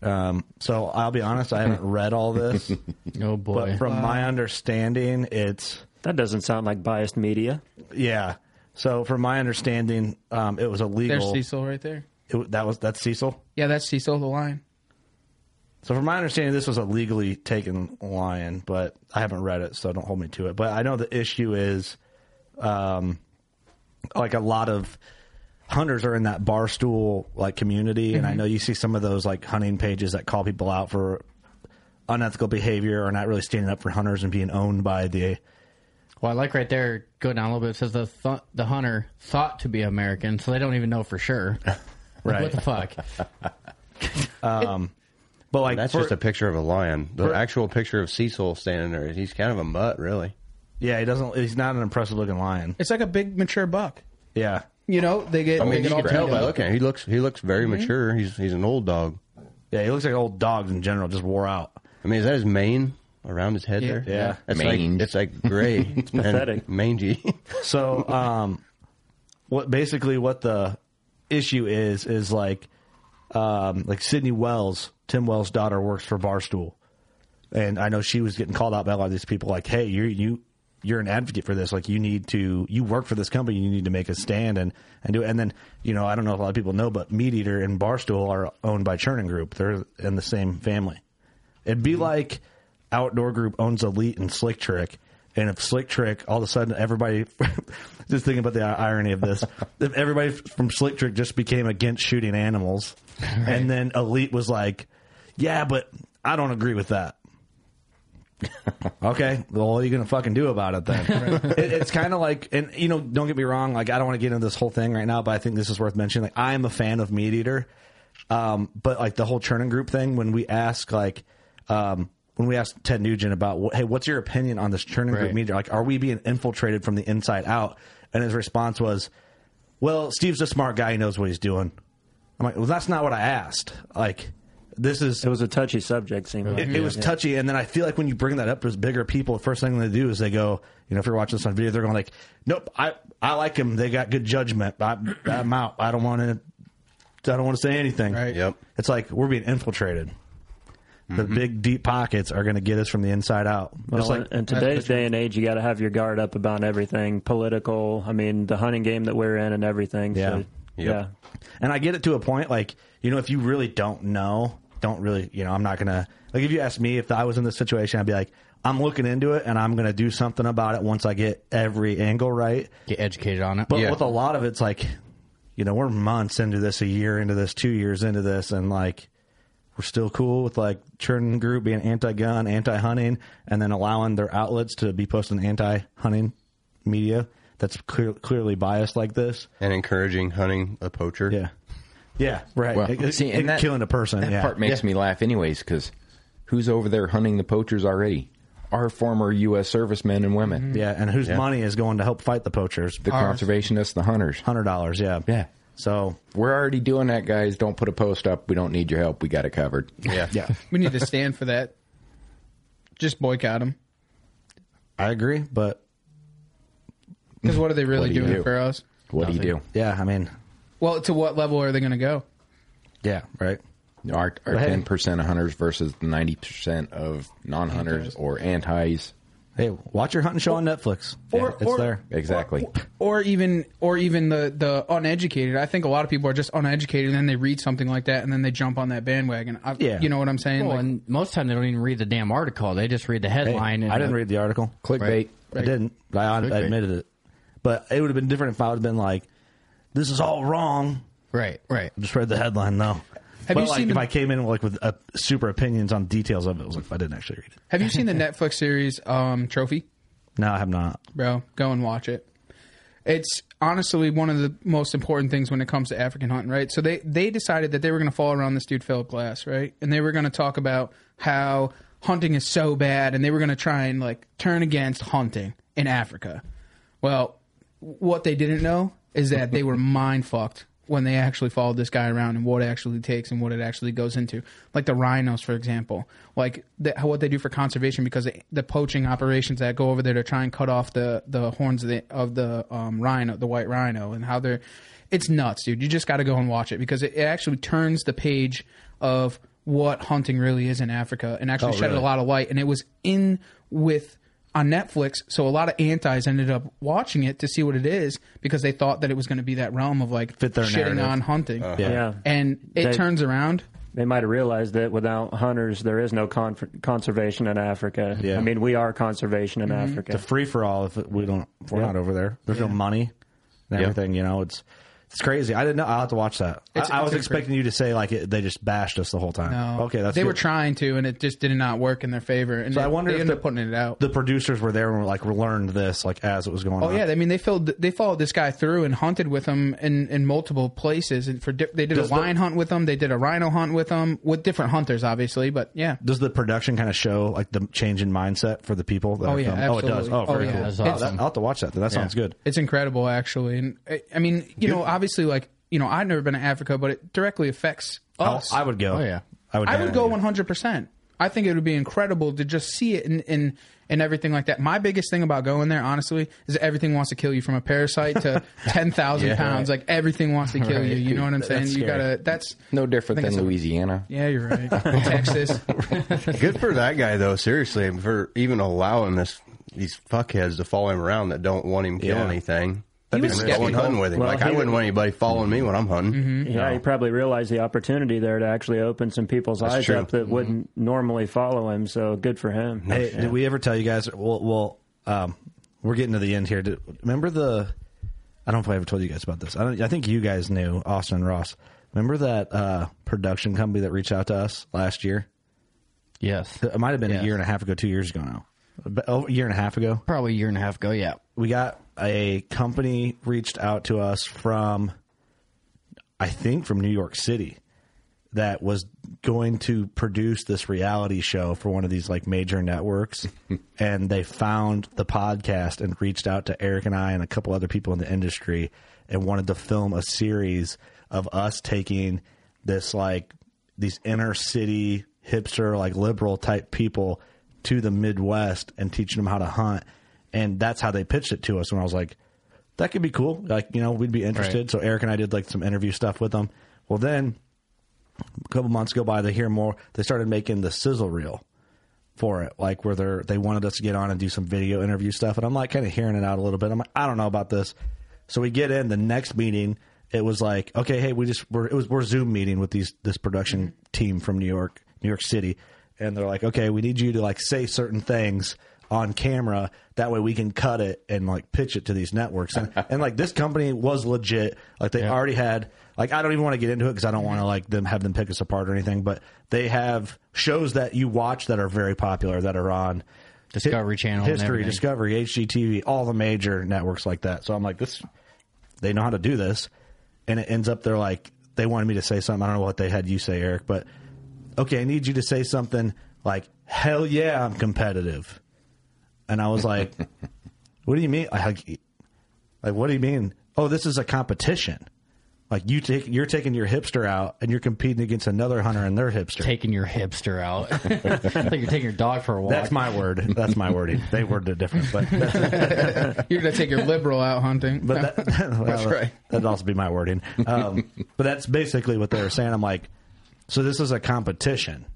[SPEAKER 2] Um, so I'll be honest, I haven't read all this,
[SPEAKER 4] Oh boy.
[SPEAKER 2] but from my understanding, it's
[SPEAKER 5] That doesn't sound like biased media.
[SPEAKER 2] yeah. So from my understanding, um, it was
[SPEAKER 8] There's
[SPEAKER 2] illegal.
[SPEAKER 8] Cecil right there.
[SPEAKER 2] It- that was that's Cecil.
[SPEAKER 8] Yeah, that's Cecil the lion.
[SPEAKER 2] So, from my understanding, this was a legally taken lion, but I haven't read it, so don't hold me to it. But I know the issue is, um, like a lot of hunters are in that barstool like community, and
[SPEAKER 11] Mm-hmm.
[SPEAKER 2] I know you see some of those like hunting pages that call people out for unethical behavior or not really standing up for hunters and being owned by the
[SPEAKER 4] Well, I like right there. Go down a little bit. It says the th- the hunter thought to be American, so they don't even know for sure. Like,
[SPEAKER 11] Right.
[SPEAKER 4] what the fuck?
[SPEAKER 11] Um,
[SPEAKER 2] but like
[SPEAKER 11] that's
[SPEAKER 2] for-
[SPEAKER 11] just a picture of a lion. The
[SPEAKER 2] for-
[SPEAKER 11] actual picture of Cecil standing there, he's kind of a mutt, really.
[SPEAKER 2] Yeah, he doesn't. He's not an impressive looking lion.
[SPEAKER 8] It's like a big mature buck.
[SPEAKER 2] Yeah,
[SPEAKER 8] You know, they get.
[SPEAKER 11] I mean,
[SPEAKER 8] they get
[SPEAKER 11] you
[SPEAKER 8] all
[SPEAKER 11] can tell
[SPEAKER 8] tuned
[SPEAKER 11] by
[SPEAKER 8] up.
[SPEAKER 11] looking. at him. He looks he looks very
[SPEAKER 8] Mhm.
[SPEAKER 11] mature. He's he's an old dog.
[SPEAKER 2] Yeah, he looks like old dogs in general, just wore out.
[SPEAKER 11] I mean, is that his mane around his head
[SPEAKER 2] Yeah.
[SPEAKER 11] there?
[SPEAKER 2] Yeah.
[SPEAKER 11] it's
[SPEAKER 2] Mange.
[SPEAKER 11] like it's like gray.
[SPEAKER 2] It's
[SPEAKER 11] and
[SPEAKER 2] pathetic.
[SPEAKER 11] mangy.
[SPEAKER 2] So, um, what basically what the issue is is like, um, like Sydney Wells, Tim Wells' daughter works for Barstool, and I know she was getting called out by a lot of these people. Like, hey, you you you're an advocate for this. Like, you need to you work for this company. You need to make a stand and and do. it. And then you know, I don't know if a lot of people know, but Meat Eater and Barstool are owned by Churning Group. They're in the same family. It'd be like Outdoor Group owns Elite and Slick Trick. And if Slick Trick, all of a sudden, everybody, just thinking about the irony of this, if everybody from Slick Trick just became against shooting animals, and then Elite was like, yeah, but I don't agree with that. okay, well, what are you going to fucking do about it then? it, it's kind of like, and you know, don't get me wrong, like, I don't want to get into this whole thing right now, but I think this is worth mentioning. Like, I am a fan of Meat Eater, um, but like the whole churning group thing, when we ask, like, um, when we asked Ted Nugent about, wh- hey, what's your opinion on this churning group
[SPEAKER 4] Right.
[SPEAKER 2] media? Like, are we being infiltrated from the inside out? And his response was, well, Steve's a smart guy. He knows what he's doing. I'm like, well, that's not what I asked. Like, this is. It
[SPEAKER 5] was a touchy subject, seemed like.
[SPEAKER 2] It, it was touchy, and then I feel like when you bring that up to bigger people, the first thing they do is they go, you know, if you're watching this on video, they're going like, nope, I I like him. They got good judgment. I, I'm out. I don't want to. I don't want to say anything. Right.
[SPEAKER 11] Yep.
[SPEAKER 2] It's like we're being infiltrated. The big deep pockets are going to get us from the inside out.
[SPEAKER 5] Well,
[SPEAKER 2] Just like
[SPEAKER 5] in today's day and age, you got to have your guard up about everything political. I mean, the hunting game that we're in and everything. So, yeah.
[SPEAKER 2] And I get it to a point, like, you know, if you really don't know, don't really, you know, I'm not going to, like, if you ask me if I was in this situation, I'd be like, I'm looking into it and I'm going to do something about it once I get every angle right.
[SPEAKER 4] Get educated on it.
[SPEAKER 2] But
[SPEAKER 4] Yeah.
[SPEAKER 2] with a lot of it's like, you know, we're months into this, a year into this, two years into this, and like, we're still cool with like churning group being anti-gun, anti-hunting, and then allowing their outlets to be posting anti-hunting media that's clear, clearly biased like this.
[SPEAKER 11] and encouraging hunting a poacher.
[SPEAKER 2] Yeah, yeah, right.
[SPEAKER 11] Well,
[SPEAKER 2] It- it-
[SPEAKER 11] see,
[SPEAKER 2] it
[SPEAKER 11] and that-
[SPEAKER 2] killing a person.
[SPEAKER 11] that
[SPEAKER 2] yeah,
[SPEAKER 11] part
[SPEAKER 6] makes me laugh anyways because who's over there hunting the poachers already our former u.s servicemen and women
[SPEAKER 2] yeah and whose
[SPEAKER 6] Yeah.
[SPEAKER 2] money is going to help fight the poachers
[SPEAKER 6] the conservationists the hunters
[SPEAKER 2] hundred dollars yeah
[SPEAKER 6] yeah
[SPEAKER 2] so
[SPEAKER 6] we're already doing that guys don't put a post up we don't need your help we got it covered
[SPEAKER 2] yeah yeah
[SPEAKER 8] We need to stand for that. Just boycott them.
[SPEAKER 2] i agree but
[SPEAKER 8] Because what are they really
[SPEAKER 6] What do you
[SPEAKER 8] doing
[SPEAKER 6] do?
[SPEAKER 8] for us?
[SPEAKER 6] what do you do
[SPEAKER 2] yeah i mean
[SPEAKER 8] Well, to what level are they going to go?
[SPEAKER 2] yeah right
[SPEAKER 6] our, our
[SPEAKER 8] But hey.
[SPEAKER 6] 10% of hunters versus the 90% of non-hunters or antis
[SPEAKER 2] hey watch your hunting show on netflix
[SPEAKER 8] Or-
[SPEAKER 2] it's
[SPEAKER 8] or-
[SPEAKER 2] there
[SPEAKER 6] exactly
[SPEAKER 8] Or even, or even the the uneducated. I think a lot of people are just uneducated, and then they read something like that, and then they jump on that bandwagon. I, you know what I'm saying?
[SPEAKER 4] Well,
[SPEAKER 8] Like-
[SPEAKER 4] and most of the time they don't even read the damn article. They just read the headline. and
[SPEAKER 2] I didn't read the article.
[SPEAKER 6] Clickbait.
[SPEAKER 4] Right.
[SPEAKER 2] I didn't. I, I
[SPEAKER 4] Clickbait.
[SPEAKER 2] admitted it. But it would have been different if I would have been like, "This is all wrong."
[SPEAKER 4] Right. Right.
[SPEAKER 2] just read the headline though.
[SPEAKER 8] Have
[SPEAKER 2] but
[SPEAKER 8] you
[SPEAKER 2] like,
[SPEAKER 8] seen
[SPEAKER 2] if
[SPEAKER 8] the-
[SPEAKER 2] I came in like with uh, super opinions on details of it, it was like I didn't actually read it.
[SPEAKER 8] Have you seen the Netflix series um, Trophy?
[SPEAKER 2] No, I have not.
[SPEAKER 8] bro. Go and watch it. It's honestly one of the most important things when it comes to African hunting, right? So they they decided that they were going to fall around this dude Philip Glass, right? And they were going to talk about how hunting is so bad, and they were going to try and like turn against hunting in Africa. Well, what they didn't know is that they were mind fucked when they actually followed this guy around and what it actually takes and what it actually goes into. Like the rhinos, for example, like the, how, what they do for conservation because the, the poaching operations that go over there to try and cut off the, the horns of the, of the um, rhino, the white rhino, and how they're. It's nuts, dude. You just got to go and watch it because it, it actually turns the page of what hunting really is in Africa and actually
[SPEAKER 10] Oh,
[SPEAKER 8] shed a
[SPEAKER 10] really?
[SPEAKER 8] lot of light. And it was in with on Netflix, so a lot of antis ended up watching it to see what it is because they thought that it was going to be that realm of like
[SPEAKER 2] their
[SPEAKER 8] shitting
[SPEAKER 5] narrative.
[SPEAKER 8] on hunting.
[SPEAKER 5] Uh-huh. Yeah.
[SPEAKER 8] and it
[SPEAKER 5] They-
[SPEAKER 8] turns around.
[SPEAKER 5] They might have realized that without hunters, there is no con- conservation in Africa.
[SPEAKER 2] Yeah.
[SPEAKER 5] I mean, we are conservation in
[SPEAKER 2] Mhm.
[SPEAKER 5] Africa.
[SPEAKER 2] It's a free for all if we don't. If we're
[SPEAKER 5] Yeah.
[SPEAKER 2] not over there. There's no
[SPEAKER 5] Yeah.
[SPEAKER 2] money and
[SPEAKER 5] Yeah.
[SPEAKER 2] everything. You know, it's It's crazy. I didn't know. I'll have to watch that. I,
[SPEAKER 8] It's-
[SPEAKER 2] I was
[SPEAKER 8] it's
[SPEAKER 2] expecting you to say like it, they just bashed us the whole time.
[SPEAKER 8] No.
[SPEAKER 2] Okay, that's
[SPEAKER 8] they
[SPEAKER 2] good.
[SPEAKER 8] were trying to, and it just did not work in their favor. And
[SPEAKER 2] So
[SPEAKER 8] they,
[SPEAKER 2] I wonder
[SPEAKER 8] they
[SPEAKER 2] if
[SPEAKER 8] ended
[SPEAKER 2] the-
[SPEAKER 8] up putting it out.
[SPEAKER 2] the producers were there and were like learned this like as it was going
[SPEAKER 8] Oh
[SPEAKER 2] on.
[SPEAKER 8] yeah, I mean they filled, they followed this guy through and hunted with him in, in multiple places, and for di- they did
[SPEAKER 2] Does
[SPEAKER 8] a
[SPEAKER 2] the-
[SPEAKER 8] lion hunt with him, they did a rhino hunt with him with different hunters, obviously, but yeah.
[SPEAKER 2] Does the production kind of show like the change in mindset for the people? That
[SPEAKER 8] Oh,
[SPEAKER 2] are
[SPEAKER 8] yeah,
[SPEAKER 2] filming? oh it does.
[SPEAKER 8] absolutely.
[SPEAKER 2] Oh,
[SPEAKER 8] Oh,
[SPEAKER 2] very
[SPEAKER 8] yeah.
[SPEAKER 2] cool.
[SPEAKER 8] That's
[SPEAKER 2] Oh, that-
[SPEAKER 8] awesome.
[SPEAKER 2] I'll have to watch that. Then. That sounds
[SPEAKER 8] Yeah.
[SPEAKER 2] good.
[SPEAKER 8] It's incredible, actually. And I, I mean, you know, obviously, like you know, I've never been to Africa, but it directly affects
[SPEAKER 2] I'll-
[SPEAKER 8] us.
[SPEAKER 2] I would go. Oh, yeah. I would
[SPEAKER 8] I would
[SPEAKER 2] definitely
[SPEAKER 8] go
[SPEAKER 2] go.
[SPEAKER 8] one hundred percent. I think it would be incredible to just see it and and and everything like that. My biggest thing about going there, honestly, is that everything wants to kill you from a parasite to ten thousand
[SPEAKER 6] Yeah.
[SPEAKER 8] pounds. Like everything wants to kill you.
[SPEAKER 6] Right.
[SPEAKER 8] You know what I'm
[SPEAKER 6] That's
[SPEAKER 8] saying?
[SPEAKER 6] scary.
[SPEAKER 8] You gotta. That's
[SPEAKER 6] No
[SPEAKER 8] I
[SPEAKER 6] different
[SPEAKER 8] think
[SPEAKER 6] than
[SPEAKER 8] it's a-
[SPEAKER 6] Louisiana.
[SPEAKER 8] yeah, you're right. Texas.
[SPEAKER 11] Good for that guy though. Seriously, for even allowing this these fuckheads to follow him around that don't want him kill
[SPEAKER 5] Yeah.
[SPEAKER 11] anything.
[SPEAKER 5] He
[SPEAKER 11] That'd
[SPEAKER 5] was
[SPEAKER 11] be great going
[SPEAKER 5] skeptical.
[SPEAKER 11] hunting with him.
[SPEAKER 5] Well,
[SPEAKER 11] like
[SPEAKER 5] he-
[SPEAKER 11] I wouldn't want anybody following me when I'm hunting.
[SPEAKER 2] Mm-hmm.
[SPEAKER 5] Yeah, he probably realized the opportunity there to actually open some people's
[SPEAKER 2] That's
[SPEAKER 5] eyes
[SPEAKER 2] true.
[SPEAKER 5] up that wouldn't normally follow him. So good for him.
[SPEAKER 2] Hey,
[SPEAKER 5] Yeah.
[SPEAKER 2] did we ever tell you guys? Well, well um, we're getting to the end here. Did, remember the? I don't know if I ever told you guys about this. I, don't, I think you guys knew Austin and Ross. Remember that uh, production company that reached out to us last year?
[SPEAKER 4] Yes,
[SPEAKER 2] it might have been a year and a half ago, two years ago now, About- oh, a year and a half ago,
[SPEAKER 4] probably a year and a half ago. Yeah,
[SPEAKER 2] we got a company reached out to us from, I think, from New York City, that was going to produce this reality show for one of these like major networks, and they found the podcast and reached out to Eric and I and a couple other people in the industry and wanted to film a series of us taking this like these inner city hipster like liberal type people to the Midwest and teaching them how to hunt. And that's how they pitched it to us. And I was like, that could be cool. Like, you know, we'd be interested. So Eric and I did like some interview stuff with them. Well, then a couple months go by, they hear more. They started making the sizzle reel for it, like where they're, they wanted us to get on and do some video interview stuff. And I'm like kind of hearing it out a little bit. I'm like, I don't know about this. So we get in the next meeting. It was like, okay, hey, we just we're it was we're Zoom meeting with these this production team from New York, New York City, and they're like, okay, we need you to like say certain things on camera. That way we can cut it and like pitch it to these networks. And, and like this company was legit. Like they already had like I don't even want to get into it because I don't want to like them have them pick us apart or anything. But they have shows that you watch that are very popular that are on
[SPEAKER 4] Discovery Channel and
[SPEAKER 2] History,
[SPEAKER 4] everything.
[SPEAKER 2] Discovery, HGTV, all the major networks like that. So I'm like this. They know how to do this, and it ends up they're like they wanted me to say something. I don't know what they had you say, Eric, but okay, I need you to say something like "Hell yeah, I'm competitive," and I was like, "What do you mean? Like, like, what do you mean? Oh, this is a competition." Like you take, you're taking your hipster out, and you're competing against another hunter and their hipster.
[SPEAKER 4] Taking your hipster out. like you're taking your dog for a walk.
[SPEAKER 2] That's my word. That's my wording. They worded it different, but that's,
[SPEAKER 8] You're gonna take your liberal out hunting.
[SPEAKER 2] But that,
[SPEAKER 8] that's
[SPEAKER 2] well,
[SPEAKER 8] right.
[SPEAKER 2] That'd also be my wording. Um, but that's basically what they were saying. I'm like, so this is a competition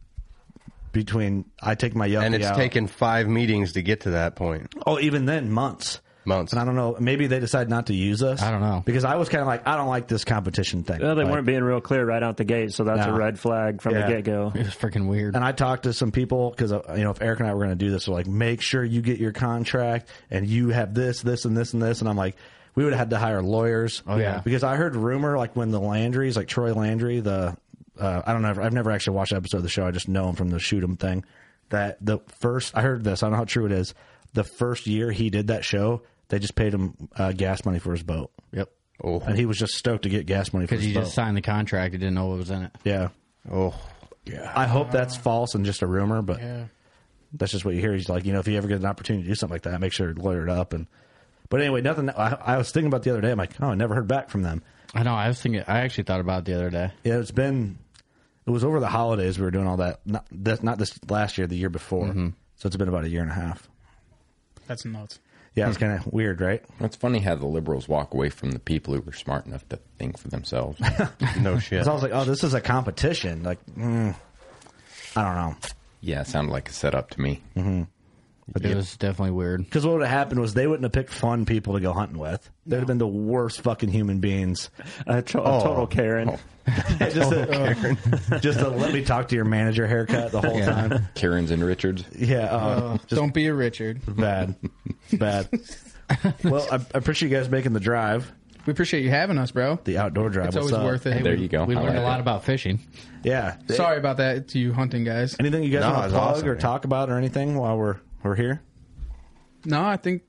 [SPEAKER 2] between I take my yuppie
[SPEAKER 11] And it's
[SPEAKER 2] out.
[SPEAKER 11] taken five meetings to get to that point.
[SPEAKER 2] oh, even then months,
[SPEAKER 11] months.
[SPEAKER 2] And I don't know. Maybe they decide not to use us. I don't know because I was kind of like, I don't like this competition thing.
[SPEAKER 5] Well, they
[SPEAKER 2] Like,
[SPEAKER 5] weren't being real clear right out the gate, so that's
[SPEAKER 2] No.
[SPEAKER 5] a red flag from
[SPEAKER 2] Yeah.
[SPEAKER 5] the get go.
[SPEAKER 4] It was freaking weird.
[SPEAKER 2] And I talked to some people because you know if Eric and I were going to do this, we're like, make sure you get your contract and you have this, this, and this, and this. And I'm like, we would have had to hire lawyers. Oh
[SPEAKER 4] yeah.
[SPEAKER 2] because I heard rumor like when the Landry's, like Troy Landry, the uh, I don't know, I've never actually watched an episode of the show. I just know him from the shoot 'em thing. That the first I heard this, I don't know how true it is. The first year he did that show, they just paid him uh, gas money for his boat. Yep.
[SPEAKER 11] Oh.
[SPEAKER 2] And he was just stoked to get gas money for
[SPEAKER 4] Because
[SPEAKER 2] his
[SPEAKER 4] you
[SPEAKER 2] boat.
[SPEAKER 4] just signed the contract, you didn't know what was in it.
[SPEAKER 2] Yeah.
[SPEAKER 11] Oh.
[SPEAKER 2] Yeah. I hope that's false and just a rumor, but that's just what you hear. He's like, you know, if you ever get an opportunity to do something like that, make sure to lawyer it up. And but anyway, nothing. I, I was thinking about the other day. I'm like, oh, I never heard back from them.
[SPEAKER 4] I know. I was thinking. I actually thought about it the other day.
[SPEAKER 2] Yeah, it's been. It was over the holidays. We were doing all that. Not that's not this last year. The year before. So it's been about a year and a half.
[SPEAKER 8] That's nuts.
[SPEAKER 2] Yeah, it's kind of weird, right?
[SPEAKER 6] It's funny how the liberals walk away from the people who were smart enough to think for themselves.
[SPEAKER 11] no shit.
[SPEAKER 2] So I was like, oh, this is a competition. Like, mm, I don't know.
[SPEAKER 6] Yeah, it sounded like a setup to me.
[SPEAKER 2] Mm-hmm.
[SPEAKER 4] It was definitely weird.
[SPEAKER 2] Because what would have happened was they wouldn't have picked fun people to go hunting with. They'd have been the worst fucking human beings.
[SPEAKER 5] A, to- a
[SPEAKER 2] Oh.
[SPEAKER 5] total Karen.
[SPEAKER 2] just, a, just a let me talk to your manager haircut the whole time.
[SPEAKER 6] Karens and Richards.
[SPEAKER 2] Yeah. Uh,
[SPEAKER 8] Uh, don't be a Richard.
[SPEAKER 2] bad. Bad. well, I, I appreciate you guys making the drive.
[SPEAKER 8] We appreciate you having us, bro.
[SPEAKER 2] The outdoor drive.
[SPEAKER 8] It's
[SPEAKER 2] what's
[SPEAKER 8] always
[SPEAKER 2] up?
[SPEAKER 8] worth it.
[SPEAKER 4] We learned a lot about fishing.
[SPEAKER 2] Yeah.
[SPEAKER 8] Sorry about that to you hunting guys.
[SPEAKER 2] Anything you guys want to plug or talk about or anything while we're we're here?
[SPEAKER 8] No, I think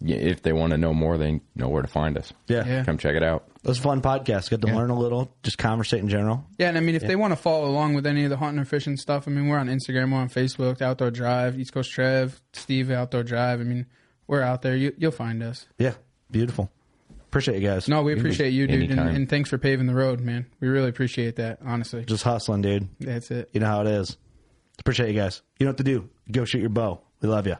[SPEAKER 6] Yeah, if they want to know more, they know where to find us.
[SPEAKER 2] Yeah. Yeah.
[SPEAKER 6] Come check it out.
[SPEAKER 2] It was a fun podcast. Good to learn a little, just conversate in general.
[SPEAKER 8] Yeah, and I mean, if they want to follow along with any of the hunting or fishing stuff, I mean, we're on Instagram, we're on Facebook, Outdoor Drive, East Coast Trev, Steve Outdoor Drive. I mean, we're out there. You, you'll find us.
[SPEAKER 2] Yeah. Beautiful. Appreciate you guys.
[SPEAKER 8] No, we appreciate you, dude, and,
[SPEAKER 2] Anytime.
[SPEAKER 8] and thanks for paving the road, man. We really appreciate that, honestly.
[SPEAKER 2] Just hustling, dude.
[SPEAKER 8] That's it.
[SPEAKER 2] You know how it is. Appreciate you guys. You know what to do. Go shoot your bow. We love you.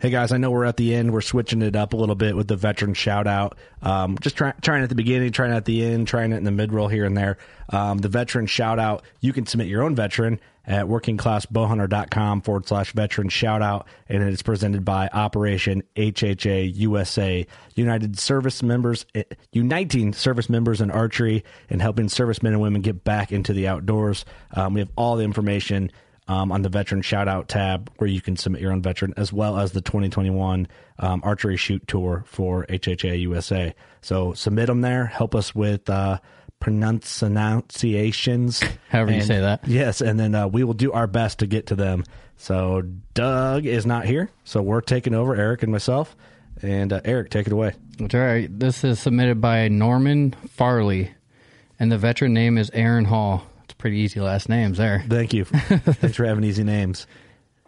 [SPEAKER 2] Hey guys, I know we're at the end. We're switching it up a little bit with the veteran shout out. Um, just try, trying it at the beginning, trying it at the end, trying it in the mid roll here and there. Um, the veteran shout out, you can submit your own veteran at workingclassbowhunter.com forward slash veteran shout out. And it is presented by Operation HHA USA, United Service Members, eh, uniting service members in archery and helping servicemen and women get back into the outdoors. Um, we have all the information um, on the veteran shout out tab where you can submit your own veteran as well as the 2021 um, archery shoot tour for HHA USA. So submit them there. Help us with uh, pronunci- pronunciations.
[SPEAKER 4] However you
[SPEAKER 2] And-
[SPEAKER 4] say that.
[SPEAKER 2] Yes. And then uh, we will do our best to get to them. So Doug is not here. So we're taking over, Eric and myself. And uh, Eric, take it away.
[SPEAKER 4] That's all right. This is submitted by Norman Farley, and the veteran name is Aaron Hall. It's pretty easy last names there.
[SPEAKER 2] Thank you. Thanks for having easy names.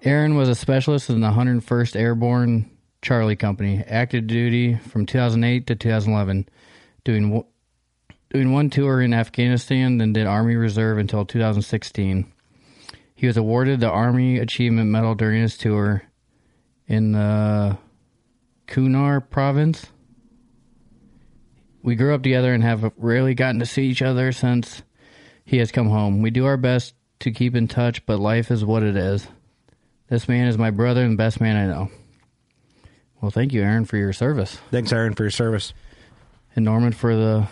[SPEAKER 4] Aaron was a specialist in the 101st Airborne Charlie Company, active duty from 2008 to 2011, doing wo- doing one tour in Afghanistan, then did Army Reserve until 2016. He was awarded the Army Achievement Medal during his tour in the Kunar province. We grew up together and have rarely gotten to see each other since he has come home. We do our best to keep in touch, but life is what it is. This man is my brother and the best man I know. Well, thank you, Aaron, for your service.
[SPEAKER 2] Thanks, Aaron, for your service.
[SPEAKER 4] And Norman for the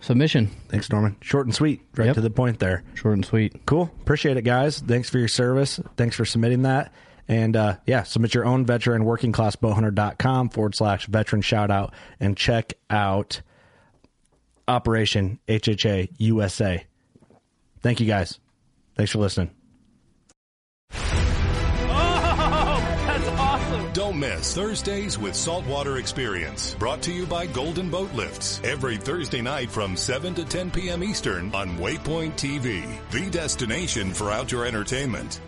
[SPEAKER 4] submission.
[SPEAKER 2] Thanks, Norman. Short and sweet, right to the point there.
[SPEAKER 4] Short and sweet.
[SPEAKER 2] Cool. Appreciate it, guys. Thanks for your service. Thanks for submitting that. And uh, yeah, submit your own veteran workingclassbowhunter.com forward slash veteran shout out and check out Operation HHA USA. Thank you guys. Thanks for listening.
[SPEAKER 10] That's awesome. Don't miss Thursdays with Saltwater Experience, brought to you by Golden Boat Lifts, every Thursday night from 7 to 10 p.m. Eastern on Waypoint TV, the destination for outdoor entertainment.